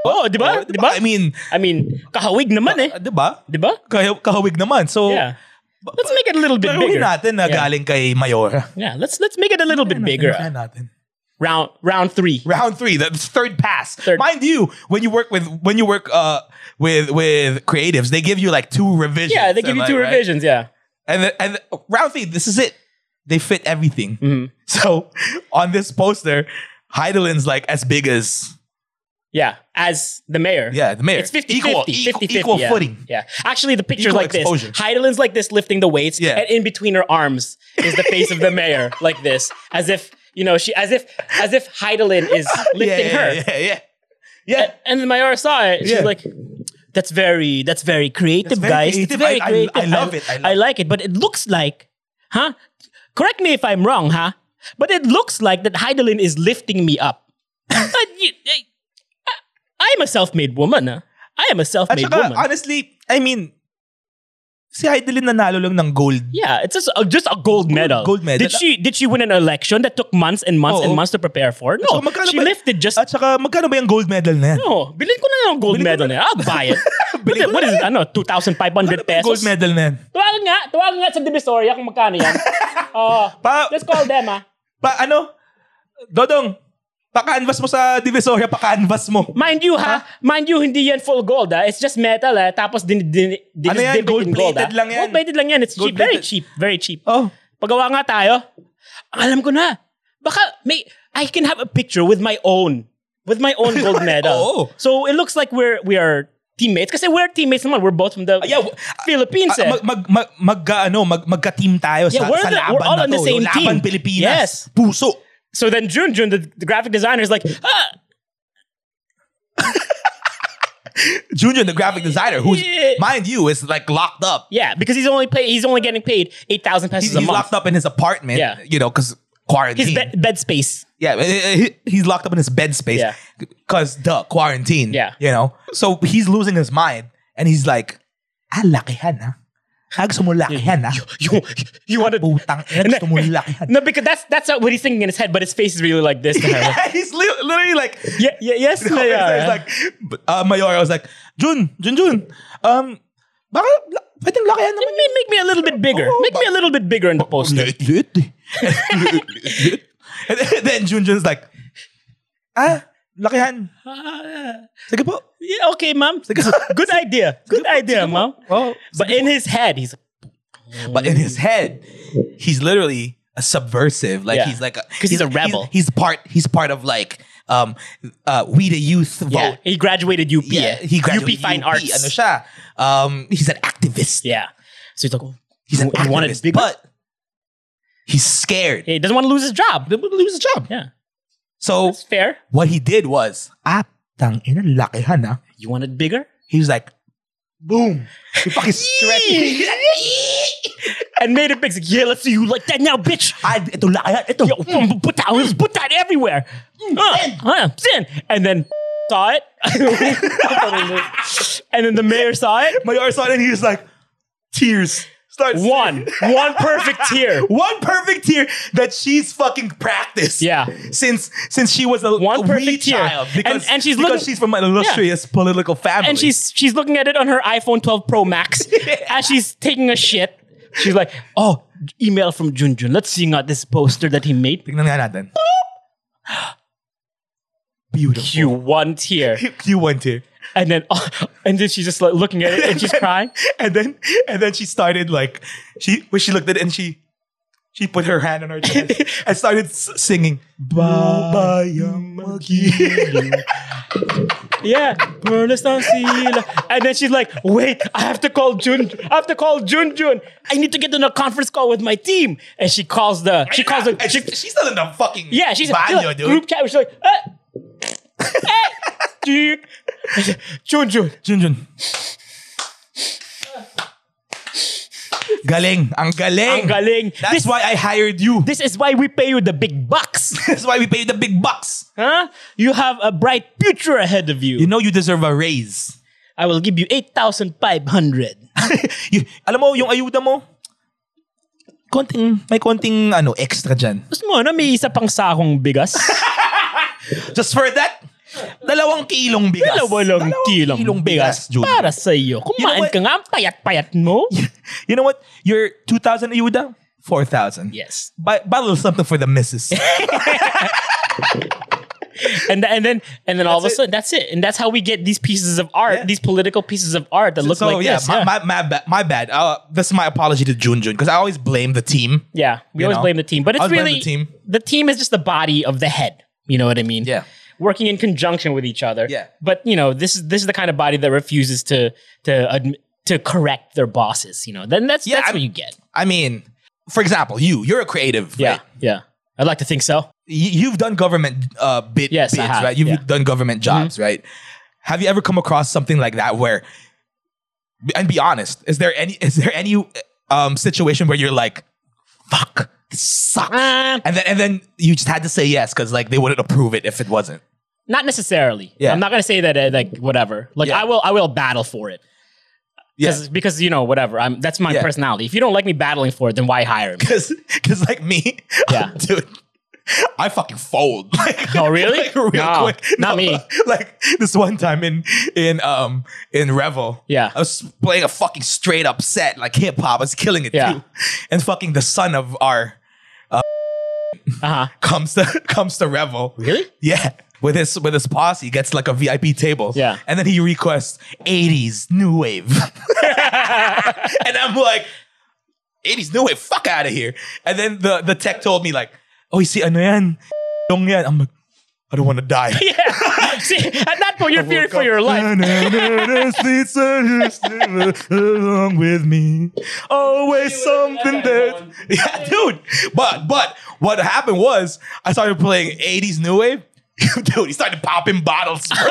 Oh, Oo, di ba? Di ba? I mean, I mean, kahawig naman eh. di ba? Di ba? Kaya, kahawig naman. So, Yeah. Let's make it a little bit Pero bigger. natin Ano, na Yeah. galing kay Mayora. Yeah, let's let's make it a little bit bigger. Kaya natin. Round round three. round three, the third pass. Third. Mind you, when you work with when you work uh with with creatives, they give you like two revisions. Yeah, they give and you like, two right? revisions. Yeah. And the, and the, round three, this is it. They fit everything. Mhm. [LAUGHS] So on this poster, Heidelin's like as big as Yeah, as the mayor. yeah the mayor. It's 50 equal 50, equal, 50, equal yeah. footing. Yeah. Actually, the picture's Equal like exposure. this. Heidelin's like this lifting the weights. Yeah. And in between her arms is the face of the mayor, like this. As if, you know, she as if as if Heidelin is [LAUGHS] Yeah, lifting yeah, her. yeah, yeah, yeah. And the mayor saw it. Yeah. She's like, that's very that's very creative, very guys. creative. It's very I- I- creative. I love it. I love like it. But it looks like, huh? Correct me if I'm wrong, huh? But it looks like that Heidelin is lifting me [LAUGHS] up. But you- I, I am a self-made woman, huh? I am a At self-made saka, woman. honestly, I mean, si Heidelin nanalo lang ng gold. yeah, it's just a, just a gold medal. gold medal. Did she did she win an election that took months and months and Oo. months to prepare for? No, saka magkano she ba- lifted just Oh, At saka, magkano ba yung gold medal na yan? no. Bilhin ko na yung gold Bilhin ko medal na. yan. I'll buy it. What [LAUGHS] Bilhin is- ko what na is it? yan. Ano, 2,500 pesos? Gold medal na yan. Tuwagan nga, tuwagan nga sa Divisoria kung magkano [LAUGHS] yan. Oo. Pa- let's call them, ah. Pa ano? Dodong, pa-canvas mo sa Divisoria, pa-canvas mo. Mind you, ha? Mind you, hindi yan full gold, ah. It's just metal, ah. Tapos din, din, din, Ano yan? dip it in Gold-plated ah. lang yan. Gold-plated lang yan. It's cheap. Very Gold-plated. cheap. Very cheap. Oh. Pagawa nga tayo. Ang Alam ko na. Baka may, I can have a picture with my own, with my own [LAUGHS] gold medal. Oo. So it looks like we're, we are teammates. Kasi we're teammates naman. We're both from the Ah, Yeah, w- ah, Philippines, eh. mag, mag, mag, mag, ano, mag, magka-team tayo Yeah, sa, we're sa the- laban we're all na on the to. same Yung laban team. Pilipinas. Yes. Puso. So then June, June, the, the graphic designer is like, ah, Junior, the graphic designer, who's, Yeah. mind you, is like locked up. Yeah, because he's only pay, he's only getting paid eight thousand pesos He's, a he's month. locked up in his apartment, Yeah. you know, because quarantine. His bed, bed space. [LAUGHS] yeah, eh, eh, he- he's locked up in his bed space Yeah. because duh, quarantine. Yeah. You know? So he's losing his mind and he's like, ah, lakihan ah. Ah, gusto mo Mm-hmm. lakihan ah. You you want [LAUGHS] to Putang ina, Oh, gusto mo lakihan. [LAUGHS] no because that's that's not what he's thinking in his head, but his face is really like this to her. Like, [LAUGHS] Yeah, he's li- literally like, [LAUGHS] yeah, yeah, yes, no, they are. he's like, uh, Mayora was like, Jun, Jun, Jun, um, baka, la- pwedeng lakihan naman Make, make me a little bit bigger. Oh, Make me a little bit bigger in the poster. Lit, lit. [LAUGHS] Lit, lit. And then- then Jun Jun's like, ah, lakihan. Ah, Sige po. yeah, okay, mom. Good idea. Good idea, mom. Oh. But in his head, he's But in his head, he's literally a subversive. Like Yeah. he's like a 'Cause he's a rebel. He's, part. He's part of like um, uh, we the youth vote. yeah. He graduated UP. Oh. Yeah, eh. he graduated UP Fine UP. Arts. Ano siya? Um, he's an activist. Yeah. So he's like, oh, He's an you want it activist, bigger? but he's scared. he doesn't want to lose his job. They would lose his job. Yeah, So that's fair. what he did was, ah, tang ina lakihan ah. You want it bigger? He was like, boom. He [LAUGHS] fucking stretched. [LAUGHS] and made it big. It's like, yeah, let's see you like that now, bitch. I, ito lakihan, ito. Yo, mm, put that, let's put that everywhere. Mm, uh, uh, sin. And then saw it. [LAUGHS] and then the mayor saw it. Mayar saw it and he was like, tears. Starts One, one perfect tear. One perfect tear that she's fucking practiced. Yeah. Since since she was a, One a wee perfect tear. child. Because, And- and she's because looking- she's from an illustrious political family. And she's she's looking at it on her iPhone 12 Pro Max as she's taking a shit. She's like, oh, email from Junjun. Let's sing out this poster that he made. Tingnan nga [GASPS] natin. Beautiful. Q1 tear. Q1 tier. And then [LAUGHS] and then she's just like looking at it and she's crying. [LAUGHS] And then and then she started like she when she looked at it and she she put her hand on her [LAUGHS] chest and started s- singing. Babayang magiliw. Yeah. Burles ng sila. And then she's like, wait, I have to call Jun. I have to call Junjun. I need to get on a conference call with my team. And she calls the [LAUGHS] she calls the And she, she's still in the fucking Yeah, she's like, banyo, she's uh, like, dude. group chat. She's like, eh, eh, dude, Junjun. Junjun. Galing. Ang galing. Ang galing. That's This- why I hired you. This is why we pay you the big bucks, [LAUGHS] That's why we pay you the big bucks. huh? You have a bright future ahead of you. You know you deserve a raise. [LAUGHS] I will give you eight thousand five hundred. You- alam mo, yung ayuda mo, konting, may konting ano, extra dyan. Gusto mo na may isa pang sakong bigas? Just for that, dalawang kilong bigas. Dalawa lang Dalawang kilong, bigas, Jun. para sa iyo. Kumain You know what? ka nga, ang [LAUGHS] payat-payat mo. You know what? Your 2,000 ayuda, 4,000. Yes. Buy, buy a little something for the [LAUGHS] missus. And th- and then and then all of a That's it. sudden that's it. And that's how we get these pieces of art, Yeah. these political pieces of art that look so like yeah, this. my, yeah. My, my bad. My bad. Uh, this is my apology to Junjun because I always blame the team. Yeah, we You always know? blame the team, but it's Always blame really the team. The team is just the body of the head. You know what I mean? Yeah. working in conjunction with each other. Yeah. but you know this is this is the kind of body that refuses to to adm- to correct their bosses. You know, then that's Yeah, that's I'm- what you get. I mean, for example, you you're a creative. right? Yeah, yeah. I'd like to think so. Y- You've done government uh, bid, Yes, I bids, have, right? You've yeah. Mm-hmm. done government jobs, right? Have you ever come across something like that where? And be honest, is there any is there any um, situation where you're like, fuck, this sucks, Ah. and then and then you just had to say yes because like they wouldn't approve it if it wasn't. Not necessarily. Yeah. I'm not gonna say that uh, like whatever. Like Yeah. I will I will battle for it. Because because you know whatever. I'm that's my Yeah. personality. If you don't like me battling for it, then why hire [LAUGHS] me? Cause, cause like me, Yeah. dude, I fucking fold. [LAUGHS] Like, Oh, really? Like real No, quick. not me. [LAUGHS] Like this one time in in um in Revel. Yeah. I was playing a fucking straight up set like hip hop. I was killing it too, Yeah. and fucking the son of our Uh huh. comes to [LAUGHS] comes to Revel. Really? [LAUGHS] Yeah. With his with his posse, he gets like a VIP table. Yeah. And then he requests 80s new [LAUGHS] wave. and I'm like, 80s new wave, fuck out of here. And then the the tech told me, like, oh, you see, ano yan? Dong yan. I'm like, I don't want to die. [LAUGHS] [LAUGHS] Yeah. See, at that point Oh you're fearing for your [LAUGHS] life. Along with me, always something there. [LAUGHS] Yeah, dude. But but what happened was I started playing '80s new wave. [LAUGHS] dude, he started popping bottles. [LAUGHS] Bro.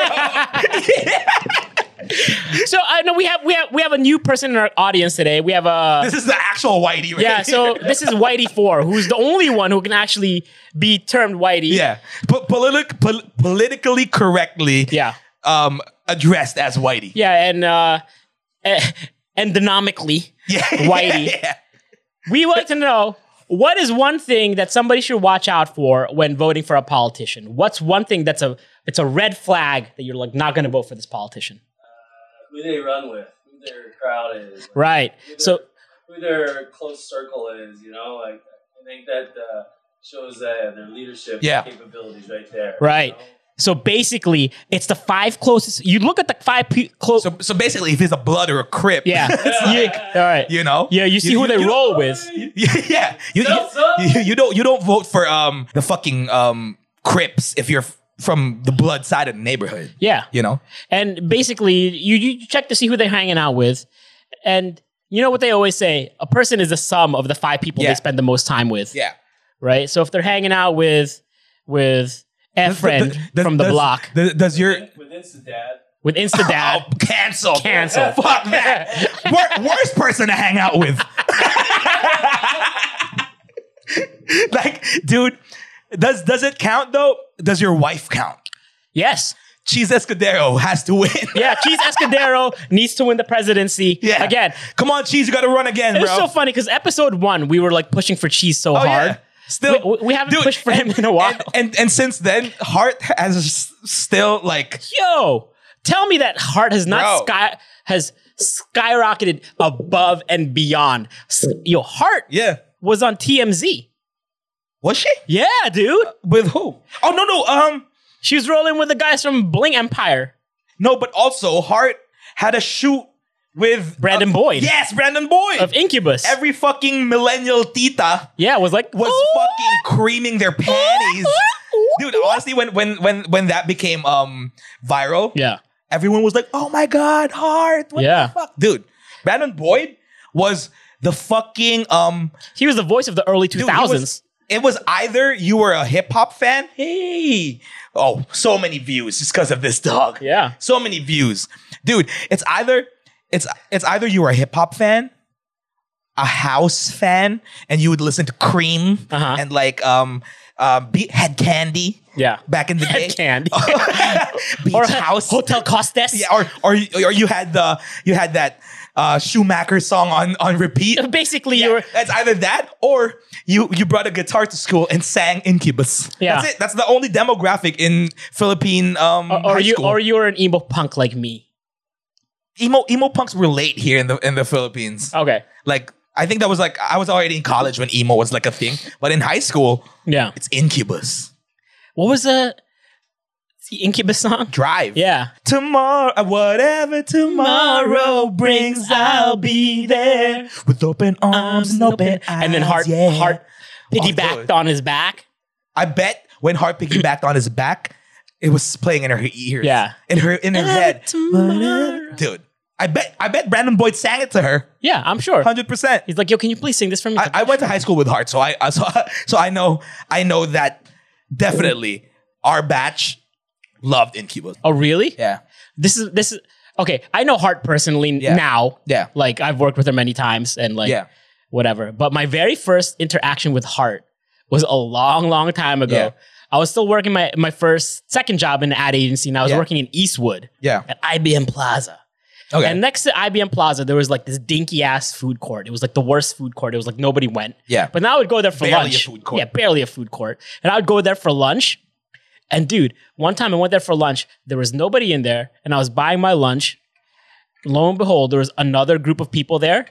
So I know we have we have we have a new person in our audience today. We have a [LAUGHS] this is the actual whitey. Right? yeah. So this is Whitey Four, who's the only one who can actually be termed [LAUGHS] Whitey. yeah, po- politic- pol- politically correctly. Yeah. Um, addressed as whitey. Yeah, and uh, eh, [LAUGHS] and denomically, Yeah. [LAUGHS] Whitey. Yeah. we would like to know what is one thing that somebody should watch out for when voting for a politician. What's one thing that's a it's a red flag that you're like not going to vote for this politician, Who they run with, who their crowd is, right? So who their close circle is. You know, like I think that uh, shows uh, their leadership Yeah. capabilities right there. right. So basically, it's the five closest. You look at the five pe- close. So so basically, if he's a blood or a crip. [LAUGHS] yeah. Yeah, all right. You know. Yeah, you see who they you- roll with. [LAUGHS] yeah, yeah. You, Yes, sir. you, you- you don't you don't vote for um the fucking um Crips if you're f- from the blood side of the neighborhood. Yeah. You know? And basically, you, you check to see who they're hanging out with. And you know what they always say? A person is the sum of the five people Yeah. they spend the most time with. Yeah. Right? So if they're hanging out with with a friend Does- from the does- block, Does, does your With Instadad, with Instadad, [LAUGHS] Oh, cancel. Cancel. [LAUGHS] Fuck that. [LAUGHS] Wor- worst person to hang out with. [LAUGHS] like, dude, does does it count though? Does your wife count? yes. Cheese Escudero has to win. Yeah, Cheese Escudero needs to win the presidency. Yeah. Again, [LAUGHS] Come on, Cheese, you gotta run again, it was bro. so funny because episode one, we were like pushing for Cheese so Oh, hard. yeah. Still, We- we haven't pushed for him in a while. And, and and since then, Hart has s- still like yo, tell me that heart has Bro. not sky has skyrocketed above and beyond. S- Yo, heart yeah. was on TMZ. Was she Yeah, dude. with who? Oh no no um She was rolling with the guys from Bling Empire. no, but also Hart had a shoot with uh, Brandon Boyd. Yes, Brandon Boyd. Of Incubus. Every fucking millennial tita yeah, was like was "Ooh, fucking creaming their [LAUGHS] panties. Dude, honestly, when when when when that became um viral, Yeah. everyone was like, "Oh my god, Hart!" What Yeah. the fuck, dude? Brandon Boyd was the fucking um. He was the voice of the early dude, he 2000s. was- it was either you were a hip hop fan, hey, oh, so many views just because of this dog. yeah. so many views, dude. It's either it's it's either you were a hip hop fan, a house fan, and you would listen to Cream Uh-huh. and like um uh, beat head candy Yeah. back in the day. Head candy. [LAUGHS] [LAUGHS] Beach or Oh, house. Hotel Costes. Yeah, or or you- or you had the you had that uh, Schumacher song on on repeat. [LAUGHS] Basically, [LAUGHS] you Yeah, were. that's either that or you you brought a guitar to school and sang Incubus. Yeah. That's it. That's the only demographic in Philippine um Or, or high you, school. or you were an emo punk like me. emo emo punks were late here in the in the Philippines. Okay. Like I think that was like I was already in college when emo was like a thing, but in high school Yeah. it's Incubus. What was the, the Incubus song? Drive. Yeah. Tomorrow, uh, whatever tomorrow brings, I'll be there with open arms and open eyes. And then Hart, yeah. Oh, Hart Off piggybacked the- on his back. I bet when Hart piggybacked on his back, it was playing in her ears. Yeah. In her in her And head. tomorrow- Dude. I bet I bet Brandon Boyd sang it to her. Yeah, I'm sure. Hundred percent. He's like, yo, can you please sing this for me? I, I went to high school with Hart, so I [LAUGHS] I- so, so I know I know that definitely our batch loved Incubus. oh, really? Yeah. This is this is okay. I know Hart personally Yeah. now. Yeah. Like I've worked with her many times and like Yeah. whatever. But my very first interaction with Hart was a long, long time ago. Yeah. I was still working my my first second job in the ad agency, and I was Yeah. working in Eastwood Yeah. at IBM Plaza. Okay. And next to IBM Plaza, there was like this dinky ass food court. It was like the worst food court. It was like nobody went. yeah. But now I would go there for Barely a lunch. food court. Yeah, barely a food court. And I would go there for lunch. And dude, one time I went there for lunch. There was nobody in there, and I was buying my lunch. Lo and behold, there was another group of people there,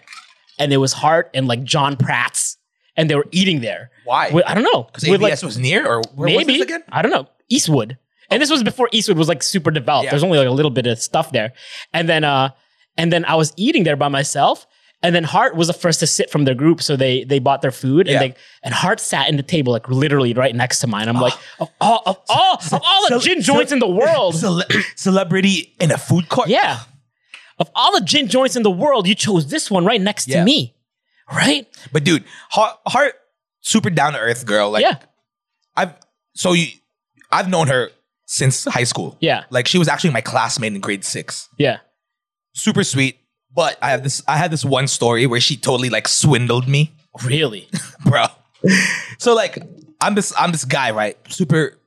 and it was Hart and like John Pratt's, and they were eating there. Why? With- I don't know. Because With, ABS like, was near, or where was maybe this again? I don't know. Eastwood. And this was before Eastwood was like super developed. Yeah. There's only like a little bit of stuff there. And then uh and then I was eating there by myself. And then Hart was the first to sit from their group. So they they bought their food Yeah. Oh. and they and Hart sat in the table like literally right next to mine. I'm like, of all of all of all Cele- the gin joints cele- in the world. Cele- [CLEARS THROAT] celebrity in a food court. yeah. Of all the gin joints in the world, you chose this one right next Yeah. to me. Right? But dude, Hart, Hart super down to earth girl. Like yeah. I've so you, I've known her since high school. Yeah. Like she was actually my classmate in grade six. Yeah. Super sweet. But I have this I had this one story where she totally like swindled me. [LAUGHS] Really? bro. So like, I'm this I'm this guy, right? Super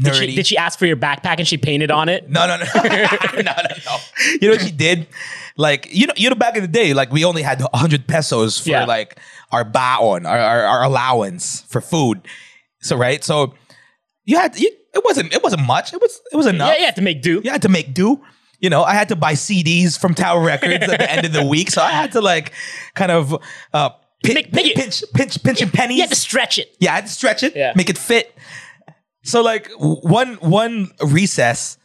nerdy. Did she, did she ask for your backpack and she painted on it? no, [LAUGHS] no, no, no, no, no. You know what she did? Like, you know, you know, back in the day, like we only had 100 pesos for Yeah. like our baon, our, our our allowance for food. So right, so you had you, it wasn't it wasn't much. It was it was enough. Yeah, yeah, to make do. You had to make do. You know, I had to buy CDs from Tower Records at the end [LAUGHS] of the week, so I had to like kind of uh, pi- Make- make it- pinch, pinch, pinch, and pennies. You had to stretch it. Yeah, I had to stretch it, Yeah. make it fit. So like w- one one recess,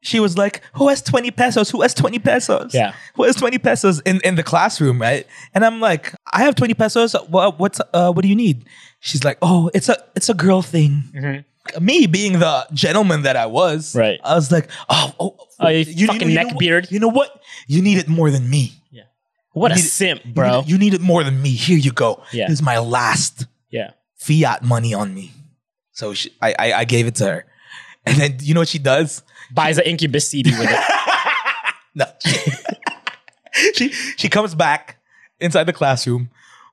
she was like, "Who has twenty pesos? Who has twenty pesos? Yeah. who has twenty pesos in in the classroom, right?" And I'm like, "I have twenty pesos. What what's uh, what do you need?" She's like, "Oh, it's a it's a girl thing." Me being the gentleman that I was, Mm-hmm. Right. I was like, "Oh, oh, Oh, you fucking know neck what- beard. You know what? You need it more than me, What a You need- simp, You bro. need- You need it more than me. Here you go. Yeah. This is my last." yeah. fiat money on me. So she, I, I, I gave it to her. And then you know what she does? Buys an incubus CD with [LAUGHS] it. No. [LAUGHS] she, she comes back inside the classroom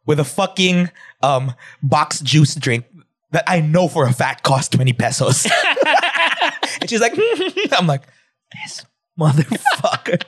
with a fucking um, box juice drink that I know for a fact cost 20 pesos. and she's like, [LAUGHS] I'm like, this motherfucker.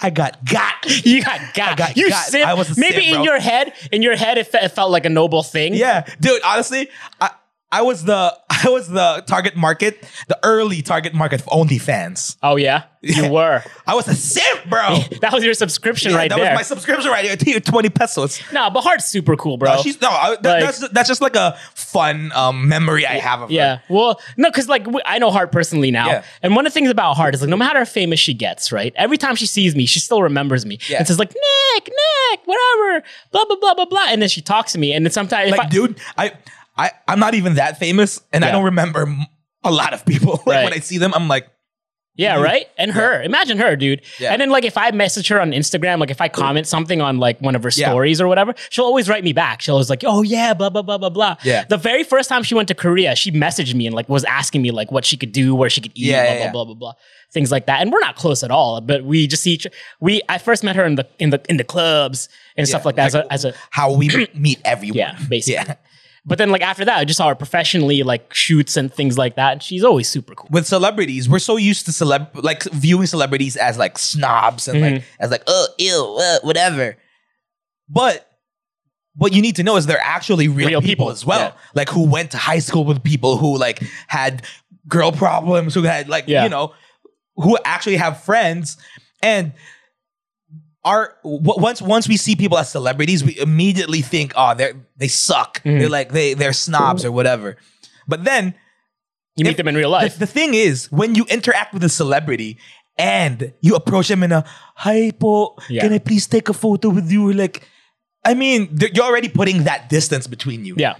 I got got. You got got. got you got. simp. I was a Maybe simp, in bro. your head, in your head, it, fe- it felt like a noble thing. Yeah, dude. Honestly, I I was the [LAUGHS] I was the target market, the early target market for OnlyFans. Oh yeah, you were. I was a simp, [LAUGHS] bro. That was your subscription right that there. was my subscription right there. T- Twenty pesos. no, but Hart's super cool, bro. No, she's no. I, that, Oh. Like- that's that's just like a fun um, memory I have of her. Yeah. Well, no, because like we, I know Hart personally now, Yeah. and one of the things about Hart is like no matter how famous she gets, right? Every time she sees me, she still remembers me Yeah. and says like Nick, Nick, whatever, blah blah blah blah blah, and then she talks to me, and then sometimes if Like, I- dude, I I I'm not even that famous, and I Yeah. don't remember m- a lot of people. [LAUGHS] like Right. when I see them, I'm like, yeah, right, and her, imagine her, dude, Mm-hmm. Yeah. and then like if I message her on Instagram, like if I comment something on like one of her Yeah. stories or whatever, she'll always write me back. She'll always like, oh yeah, blah blah blah blah blah. Yeah. The very first time she went to Korea, she messaged me and like was asking me like what she could do, where she could eat, Yeah, blah, yeah, blah, yeah. blah, blah, blah, things like that. And we're not close at all, but we just see each. We I first met her in the in the in the clubs and stuff Yeah, like that like- as, a, as a how we meet everyone. yeah, basically. Yeah. But then like after that, I just saw her professionally like shoots and things like that. And she's always super cool. With celebrities, we're so used to celeb like viewing celebrities as like snobs and like as like oh ew uh, whatever. But what you need to know is they're actually real, Real people, people, as well. yeah. Like who went to high school with people who like had girl problems, who had like Yeah. you know, who actually have friends and are w- once once we see people as celebrities, we immediately think, oh, they they suck. They're like they they're snobs or whatever. But then You meet If- them in real the, life. the thing is, when you interact with a celebrity and you approach them in a hi po, Yeah. can I please take a photo with you? Like, I mean, th- you're already putting that distance between you. yeah.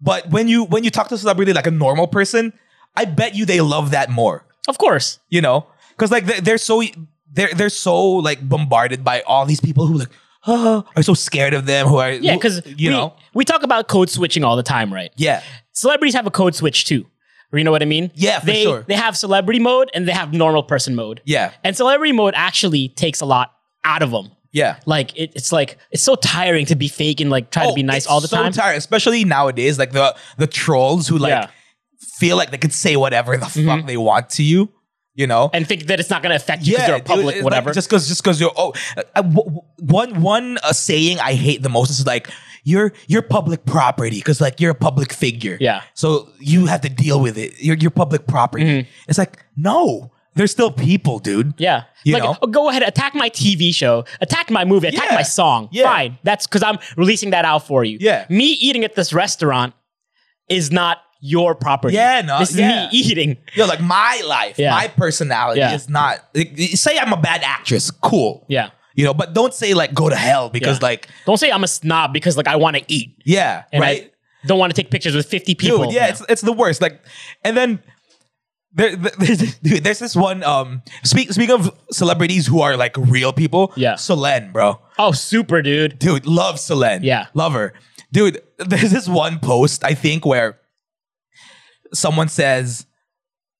But when you when you talk to a celebrity like a normal person, I bet you they love that more. Of course. You know, because like they're, they're so they're they're so like bombarded by all these people who like oh, are so scared of them who are Yeah, who- because you know we talk about code switching all the time, right? yeah celebrities have a code switch too. Or you know what I mean? Yeah, for they, sure. They have celebrity mode and they have normal person mode. yeah And celebrity mode actually takes a lot out of them. yeah. Like it, it's like it's so tiring to be fake and like try to Oh, be nice it's all the so time. tiring, especially nowadays, like the the trolls who like Yeah. Mm-hmm. feel like they could say whatever the fuck they want to you, you know. and think that it's not going to affect you because you're a dude, public it's like, whatever. just because just because you're oh, I- w- w- one one uh, saying I hate the most is like you're you're public property because like you're a public figure, Yeah. So you have to deal with it. You're you're public property. Mm-hmm. It's like no, they're still people, dude. yeah. You like, know? oh, go ahead, attack my TV show, attack my movie, attack Yeah. my song. Yeah. Fine. That's because I'm releasing that out for you. Yeah. Me eating at this restaurant is not your property. Yeah, no, This is yeah. me eating. Yo, like my life, Yeah. my personality Yeah. is not. like, say I'm a bad actress, cool. Yeah. you know, but don't say like go to hell because Yeah. like Don't say I'm a snob because like I want to eat. yeah, and right. I don't want to take pictures with 50 people. dude. Yeah, it's it's the worst. Like, and then there, [LAUGHS] there- there's dude, there's this one. Um, speak speaking of celebrities who are like real people. Yeah. Selene, bro, oh, super, dude. dude, love Selene. Yeah. love her, dude. [LAUGHS] There's this one post I think where someone says,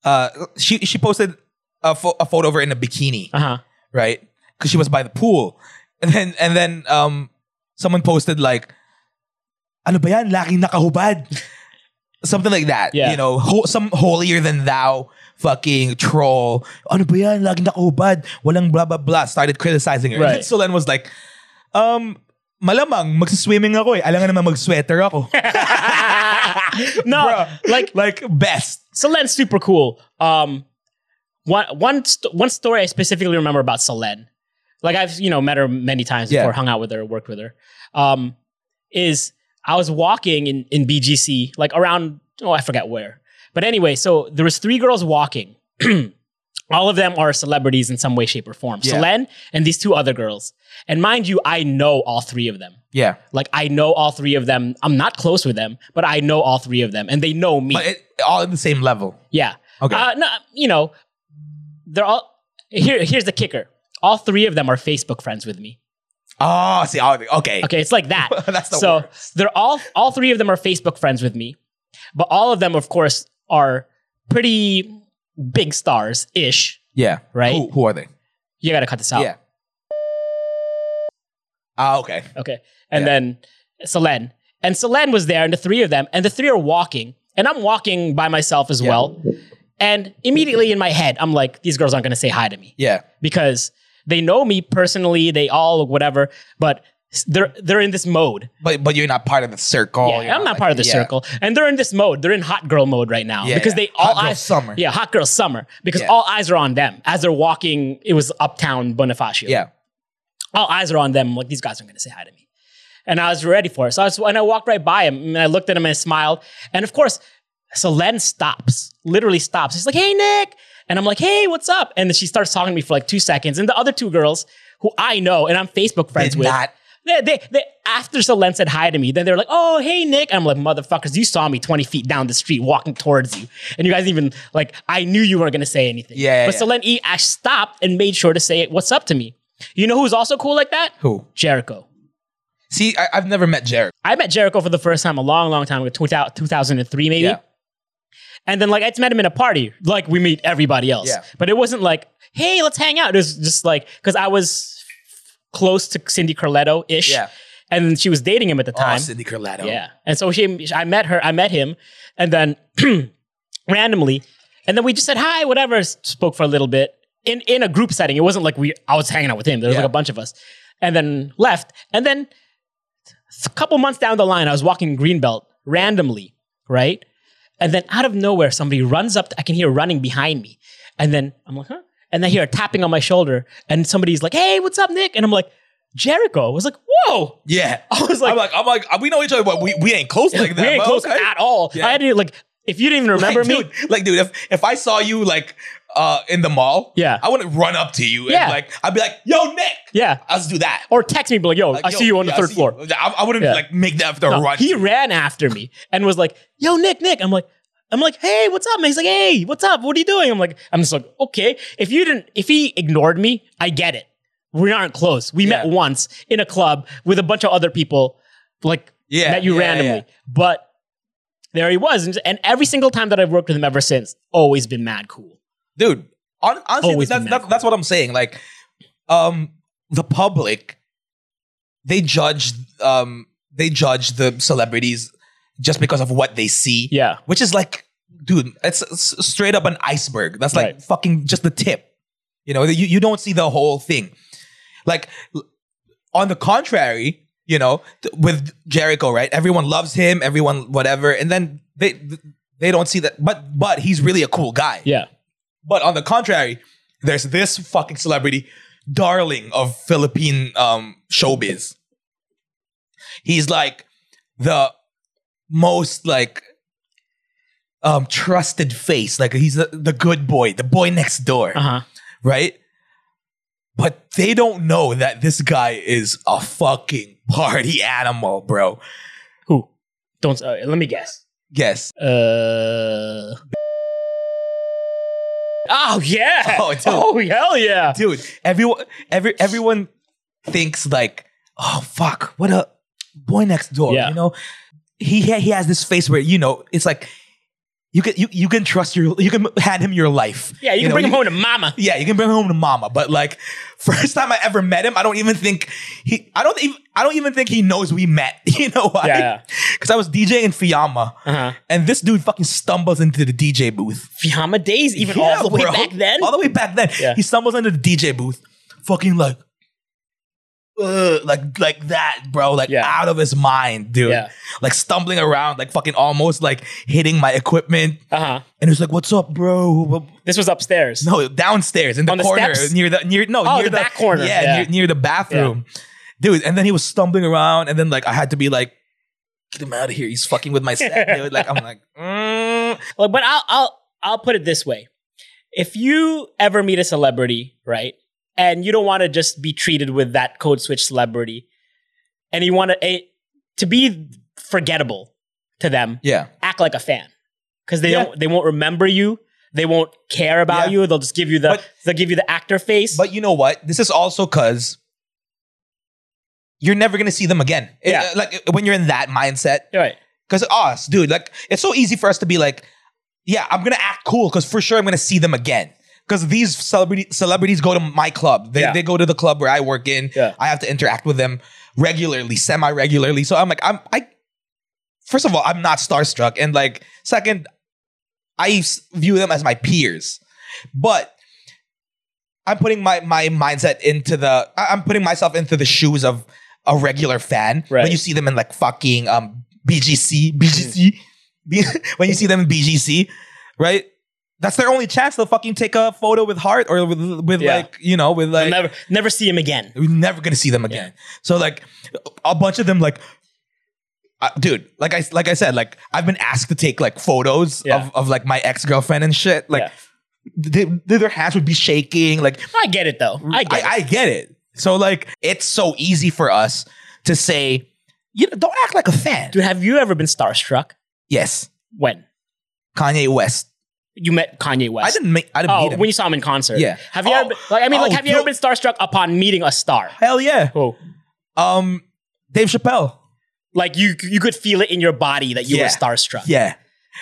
uh, she she posted a, pho- a photo of her in a bikini, Uh huh. right? Because she was by the pool, and then and then um, someone posted like, "Ano ba yan? Laking nakahubad." Something like that, Yeah. you know, ho- some holier than thou fucking troll. Ano ba yan? Laging nakahubad. Walang blah blah blah. Started criticizing her. Right. And then Solan was like, um, malamang magsiswimming ako eh. Alam nga naman mag-sweater ako. [LAUGHS] [LAUGHS] no, Bruh. like like best. Solen's super cool. Um, one one st- one story I specifically remember about Solen, like I've you know met her many times Yeah. before, hung out with her, worked with her. Um, is I was walking in in BGC, like around oh I forget where, but anyway, so there was three girls walking. [CLEARS THROAT] All of them are celebrities in some way, shape, or form. Yeah. Solen and these two other girls. And mind you, I know all three of them. Yeah. Like I know all three of them. I'm not close with them, but I know all three of them, and they know me. But it, all at the same level. yeah. Okay. Uh, no, you know, they're all here. Here's the kicker: all three of them are Facebook friends with me. oh, see, all, okay. Okay, it's like that. [LAUGHS] That's the so worst. they're all all three of them are Facebook friends with me, but all of them, of course, are pretty big stars ish. Yeah. Right? Who, who are they? You gotta cut this out. Yeah. Ah, okay. Okay. And Yeah. then Selene. And Selene was there, and the three of them, and the three are walking. And I'm walking by myself as Yeah. well. And immediately in my head, I'm like, these girls aren't gonna say hi to me Yeah. because they know me personally, they all whatever, but they're they're in this mode. But but you're not part of the circle. yeah, you're I'm not like- part of the Oh, yeah. circle, and they're in this mode. They're in hot girl mode right now Yeah, because yeah. they all Hot girl eyes summer. Yeah, hot girl summer because Yeah. all eyes are on them as they're walking. It was uptown Bonifacio. Yeah. all eyes are on them. Like these guys aren't going to say hi to me, and I was ready for it. So I was, and I walked right by him, and I looked at him and I smiled. And of course, so Len stops, literally stops. He's like, "Hey, Nick," and I'm like, "Hey, what's up?" And then she starts talking to me for like two seconds, and the other two girls who I know and I'm Facebook friends Did with. not. They, they, they, after Solen said hi to me, then they're like, oh, hey, Nick. I'm like, motherfuckers, you saw me 20 feet down the street walking towards you. And you guys even, like, I knew you weren't going to say anything. Yeah, But yeah. Solen E. Ash stopped and made sure to say, what's up to me? You know who's also cool like that? Who? Jericho. See, I, I've never met Jared. I met Jericho for the first time a long, long time ago, 2000 2003 maybe. Yeah. And then like I just met him in a party, like we meet everybody else. Yeah. But it wasn't like, hey, let's hang out. It was just like because I was close to Cindy Carletto ish, Yeah. and she was dating him at the Oh, time. Cindy Carletto. Yeah. And so she, I met her, I met him, and then [CLEARS THROAT] randomly, and then we just said hi, whatever, s- spoke for a little bit in in a group setting. It wasn't like we, I was hanging out with him. There was Yeah. like a bunch of us, and then left. And then a couple months down the line, I was walking Greenbelt randomly, right? And then out of nowhere, somebody runs up. I can hear running behind me, and then I'm like, huh? And I hear a tapping on my shoulder, and somebody's like, "Hey, what's up, Nick?" And I'm like, "Jericho." I was like, "Whoa!" Yeah. [LAUGHS] I was like, I'm like, I'm like, uh, we know each other, but we, we ain't close like that. [LAUGHS] we ain't but close okay. at all. Yeah. I had to like, if you didn't even remember [LAUGHS] like, me, Dude, like, dude, if if I saw you like uh in the mall, Yeah. I wouldn't run up to you Yeah. and like I'd be like, yo, Nick, yeah, I'll just do that. or text me, be like, yo, Like, Oh, I "Yo, see you on the yeah, I third see floor. you." I, I wouldn't Yeah. like make that after No, a run. he ran after me and was like, yo, Nick, Nick. I'm like, I'm like, hey, what's up? And he's like, hey, what's up? What are you doing? I'm like, I'm just like, okay. If you didn't, if he ignored me, I get it. We aren't close. We met Yeah. once in a club with a bunch of other people, like yeah, met you yeah, randomly. But there he was, and, and every single time that I've worked with him ever since, always been mad cool. yeah. dude. hon- honestly, Always that's, been that's mad. that's what I'm saying. Like, um, the public, they judge um they judge the celebrities just because of what they see, Yeah, which is like, dude, it's, it's straight up an iceberg. That's like Right. fucking just the tip. You know, you, you don't see the whole thing. Like, l- on the contrary, you know, th- with Jericho, right? Everyone loves him, everyone, whatever, and then they th- they don't see that. But but he's really a cool guy. yeah, But on the contrary, there's this fucking celebrity, darling of Philippine um, showbiz. He's like the most like um, trusted face. Like he's the, the good boy, the boy next door, uh huh. right? But they don't know that this guy is a fucking party [LAUGHS] animal, bro. Who? Don't uh, let me guess. Yes. Uh. Oh yeah! [LAUGHS] Oh, dude. hell yeah! dude. Everyone, every everyone thinks like, oh fuck, what a boy next door. Yeah. You know, he ha- he has this face where you know it's like you can you you can trust your you can hand him your life. Yeah, you, can know, bring him home to mama. Yeah, you can bring him home to mama. But like, [LAUGHS] first time I ever met him, I don't even think he. I don't even. I don't even think he knows we met. [LAUGHS] You know why? Yeah. Because I was DJing in Fiamma, Uh-huh. and this dude fucking stumbles into the DJ booth. Fiamma days, even Yeah, all the way bro. back then. All the way back then. Yeah. He stumbles into the DJ booth, fucking like, uh, like like that, bro. Like Yeah. out of his mind, dude. Yeah. Like stumbling around, like fucking almost like hitting my equipment. Uh huh. And he's like, "What's up, bro?" This was upstairs. No, downstairs in the On the corner steps? near the near no Oh, near the back corner. Yeah, Yeah. Near, near the bathroom, dude. And then he was stumbling around, and then like I had to be like, "Get him out of here! He's fucking with my [LAUGHS] set." dude. Like I'm like, mm. Like, but I'll I'll I'll put it this way: if you ever meet a celebrity, right, and you don't want to just be treated with that code switch celebrity, and you want to to be forgettable to them, yeah, act like a fan because they Yeah. don't they won't remember you they won't care about Yeah. you they'll just give you the But- they'll give you the actor face But you know what? This is also because you're never gonna see them again. It- Yeah. like when you're in that mindset, You're right because us, dude, like it's so easy for us to be like, yeah, I'm gonna act cool because for sure I'm gonna see them again. Because these celebrity celebrities go to my club. They, Yeah. they go to the club where I work in. Yeah. I have to interact with them regularly, semi regularly. So I'm like, I'm I. First of all, I'm not starstruck, and like second, I s- view them as my peers, but I'm putting my my mindset into the I- I'm putting myself into the shoes of a regular fan. Right. Mm-hmm. When you see them in like fucking um BGC, BGC, B- [LAUGHS] when you see them in BGC, right? That's their only chance to fucking take a photo with Heart or with with Yeah. like you know with I'll like never never see him again. we're never gonna see them again. So like a bunch of them like. Uh, dude, like I like I said, like I've been asked to take like photos Yeah. of, of like my ex girlfriend and shit. Like, Yeah. they, they- their hands would be shaking. Like I get it though. I get I, I get it. So like it's so easy for us to say, you know, don't act like a fan. it. Dude, have you ever been starstruck? Yes, When? Kanye West. You met Kanye West. I didn't make. I didn't Oh, meet him. when you saw him in concert. Yeah. Have you Oh. ever been, like I mean like Oh, have you yo- Oh. ever been starstruck upon meeting a star? Hell yeah. Who? Um, Dave Chappelle. Like you you could feel it in your body that you were Yeah. starstruck. Yeah,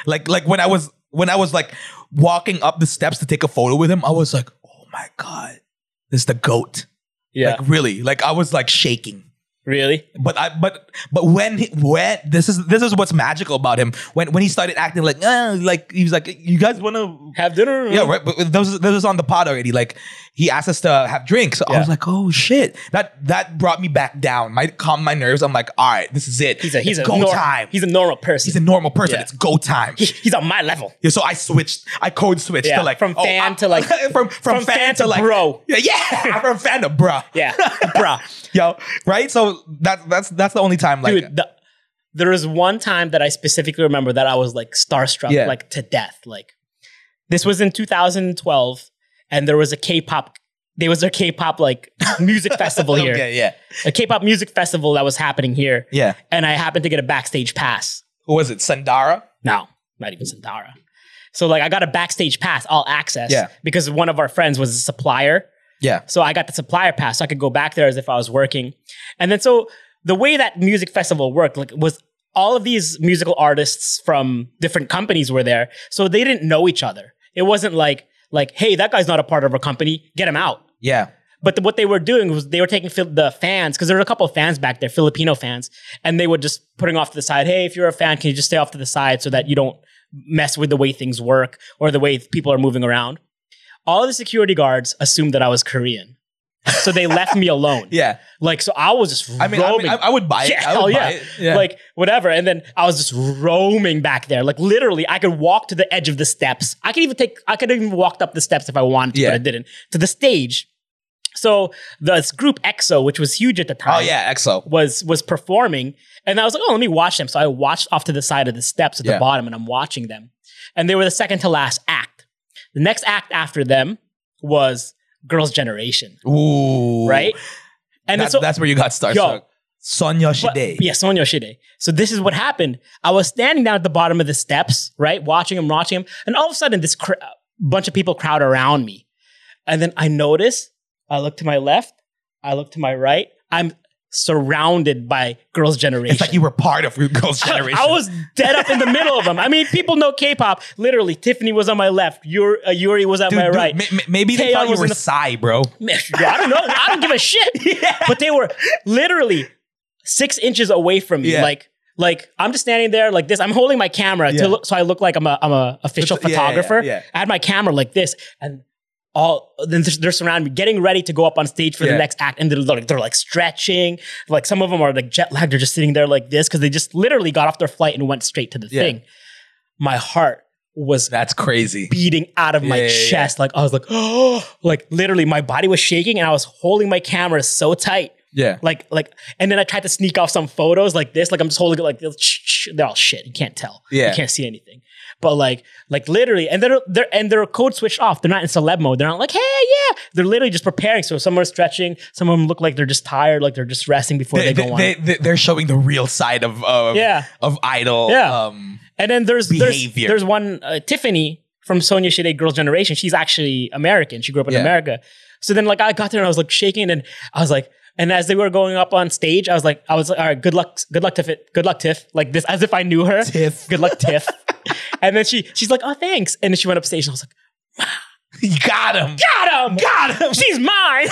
like like when I was when I was like walking up the steps to take a photo with him, I was like, oh my god, this is the goat. Yeah. Like really, like I was like shaking. really? But I but but when he, when this is this is what's magical about him when when he started acting like uh, like he was like you guys want [LAUGHS] to Have dinner? Yeah, right. But those was, that was on the pod already. Like he asked us to have drinks. I was Yeah. like, oh shit. That that brought me back down. My calmed my nerves. I'm like, all right, this is it. He's a he's It's a go nor- time. He's He's a normal person. a normal person. Yeah. It's go time. He- he's on my level. Yeah, so I switched. I code switched Yeah, to like from oh, fan I- to, like- [LAUGHS] from, from from fan, fan to to like bro. Yeah, yeah, [LAUGHS] from fan to bro. [LAUGHS] Yeah. Bruh. yo, right. So that that's that's the only time like dude the, there was one time that i specifically remember that i was like starstruck Yeah. like to death like this was in 2012 and there was a k-pop there was a k-pop like [LAUGHS] music festival here okay, yeah, a k-pop music festival that was happening here yeah. and i happened to get a backstage pass Who was it? Sandara. no not even sandara so like i got a backstage pass all access Yeah. because one of our friends was a supplier Yeah, so I got the supplier pass, so I could go back there as if I was working. And then so the way that music festival worked like was all of these musical artists from different companies were there, so they didn't know each other. It wasn't like like hey, that guy's not a part of our company, get him out. yeah, But the, what they were doing was they were taking fil- the fans because there were a couple of fans back there, Filipino fans, and they were just putting off to the side. Hey, if you're a fan, can you just stay off to the side so that you don't mess with the way things work or the way people are moving around? All the security guards assumed that I was Korean, so they left me alone. [LAUGHS] yeah. Like so, I was just I mean, I, mean, roaming. I, I would buy it. Yeah, I hell would yeah. buy it. yeah. Like whatever, and then I was just roaming back there. Like literally, I could walk to the edge of the steps. I could even take, I could even walked up the steps if I wanted to, Yeah. but I didn't. To the stage. So this group EXO, which was huge at the time, oh yeah, EXO. was was performing, and I was like, oh, let me watch them. So I watched off to the side of the steps at Yeah. the bottom, and I'm watching them, and they were the second to last act. The next act after them was Girls' Generation, Ooh, right? And And then that's, that's where you got starstruck. Yo. Son Yoshide. But- Yeah, Sonya Yoshide. So this is what happened. I was standing down at the bottom of the steps, right, watching him, watching him, and all of a sudden, this cr- bunch of people crowd around me, and then I notice. I look to my left. I look to my right. I'm surrounded by girls' generation. It's like [LAUGHS] you [LAUGHS] were part of Root Girls I- Generation. I was dead up in the middle of them. I mean, people know K-pop. Literally, Tiffany was on my left. Yuri, uh, Yuri was at Dude, my dude, right. ma- ma- maybe they Taeyeon thought you was were in the- Psy, bro. Yeah, I don't know. I don't give [LAUGHS] a shit. But they were literally six inches away from me. Yeah. Like, like I'm just standing there like this. I'm holding my camera Yeah. to look, so I look like I'm a I'm a official Yeah, yeah, yeah, photographer. yeah. I had my camera like this, and all then they're- they're surrounding me, getting ready to go up on stage for Yeah. the next act, and they're like they're like stretching. Like some of them are like jet lagged. They're just sitting there like this because they just literally got off their flight and went straight to the Yeah. thing. My heart was That's crazy. beating out of my Yeah, yeah, yeah. chest. Like I was like, [GASPS] oh, like literally, my body was shaking, and I was holding my camera so tight. Yeah. Like, like, and then I tried to sneak off some photos like this. Like I'm just holding it like this. Shh, shh. They're all shit. You can't tell. Yeah. You can't see anything. But like, like literally, and they're they're and they're code switched off. They're not in celeb mode. They're not like, hey, yeah. They're literally just preparing. So some are stretching. Some of them look like they're just tired. Like they're just resting before They, they, they, go on. they, they, are showing the real side of, of, Yeah. of Idol. Yeah. Um, [LAUGHS] And then there's Behavior. there's there's one uh, Tiffany from Sonia Shide Girls Generation. She's actually American. She grew up in Yeah. America. So then like I got there and I was like shaking and I was like and as they were going up on stage, I was like I was like all right, good luck good luck Tiff. Good luck Tiff. Like this as if I knew her. Tiff. Good [LAUGHS] luck Tiff. and then she she's like, "Oh, thanks." And then she went up stage and I was like, you got him. [LAUGHS] "Got him. Got him. She's mine."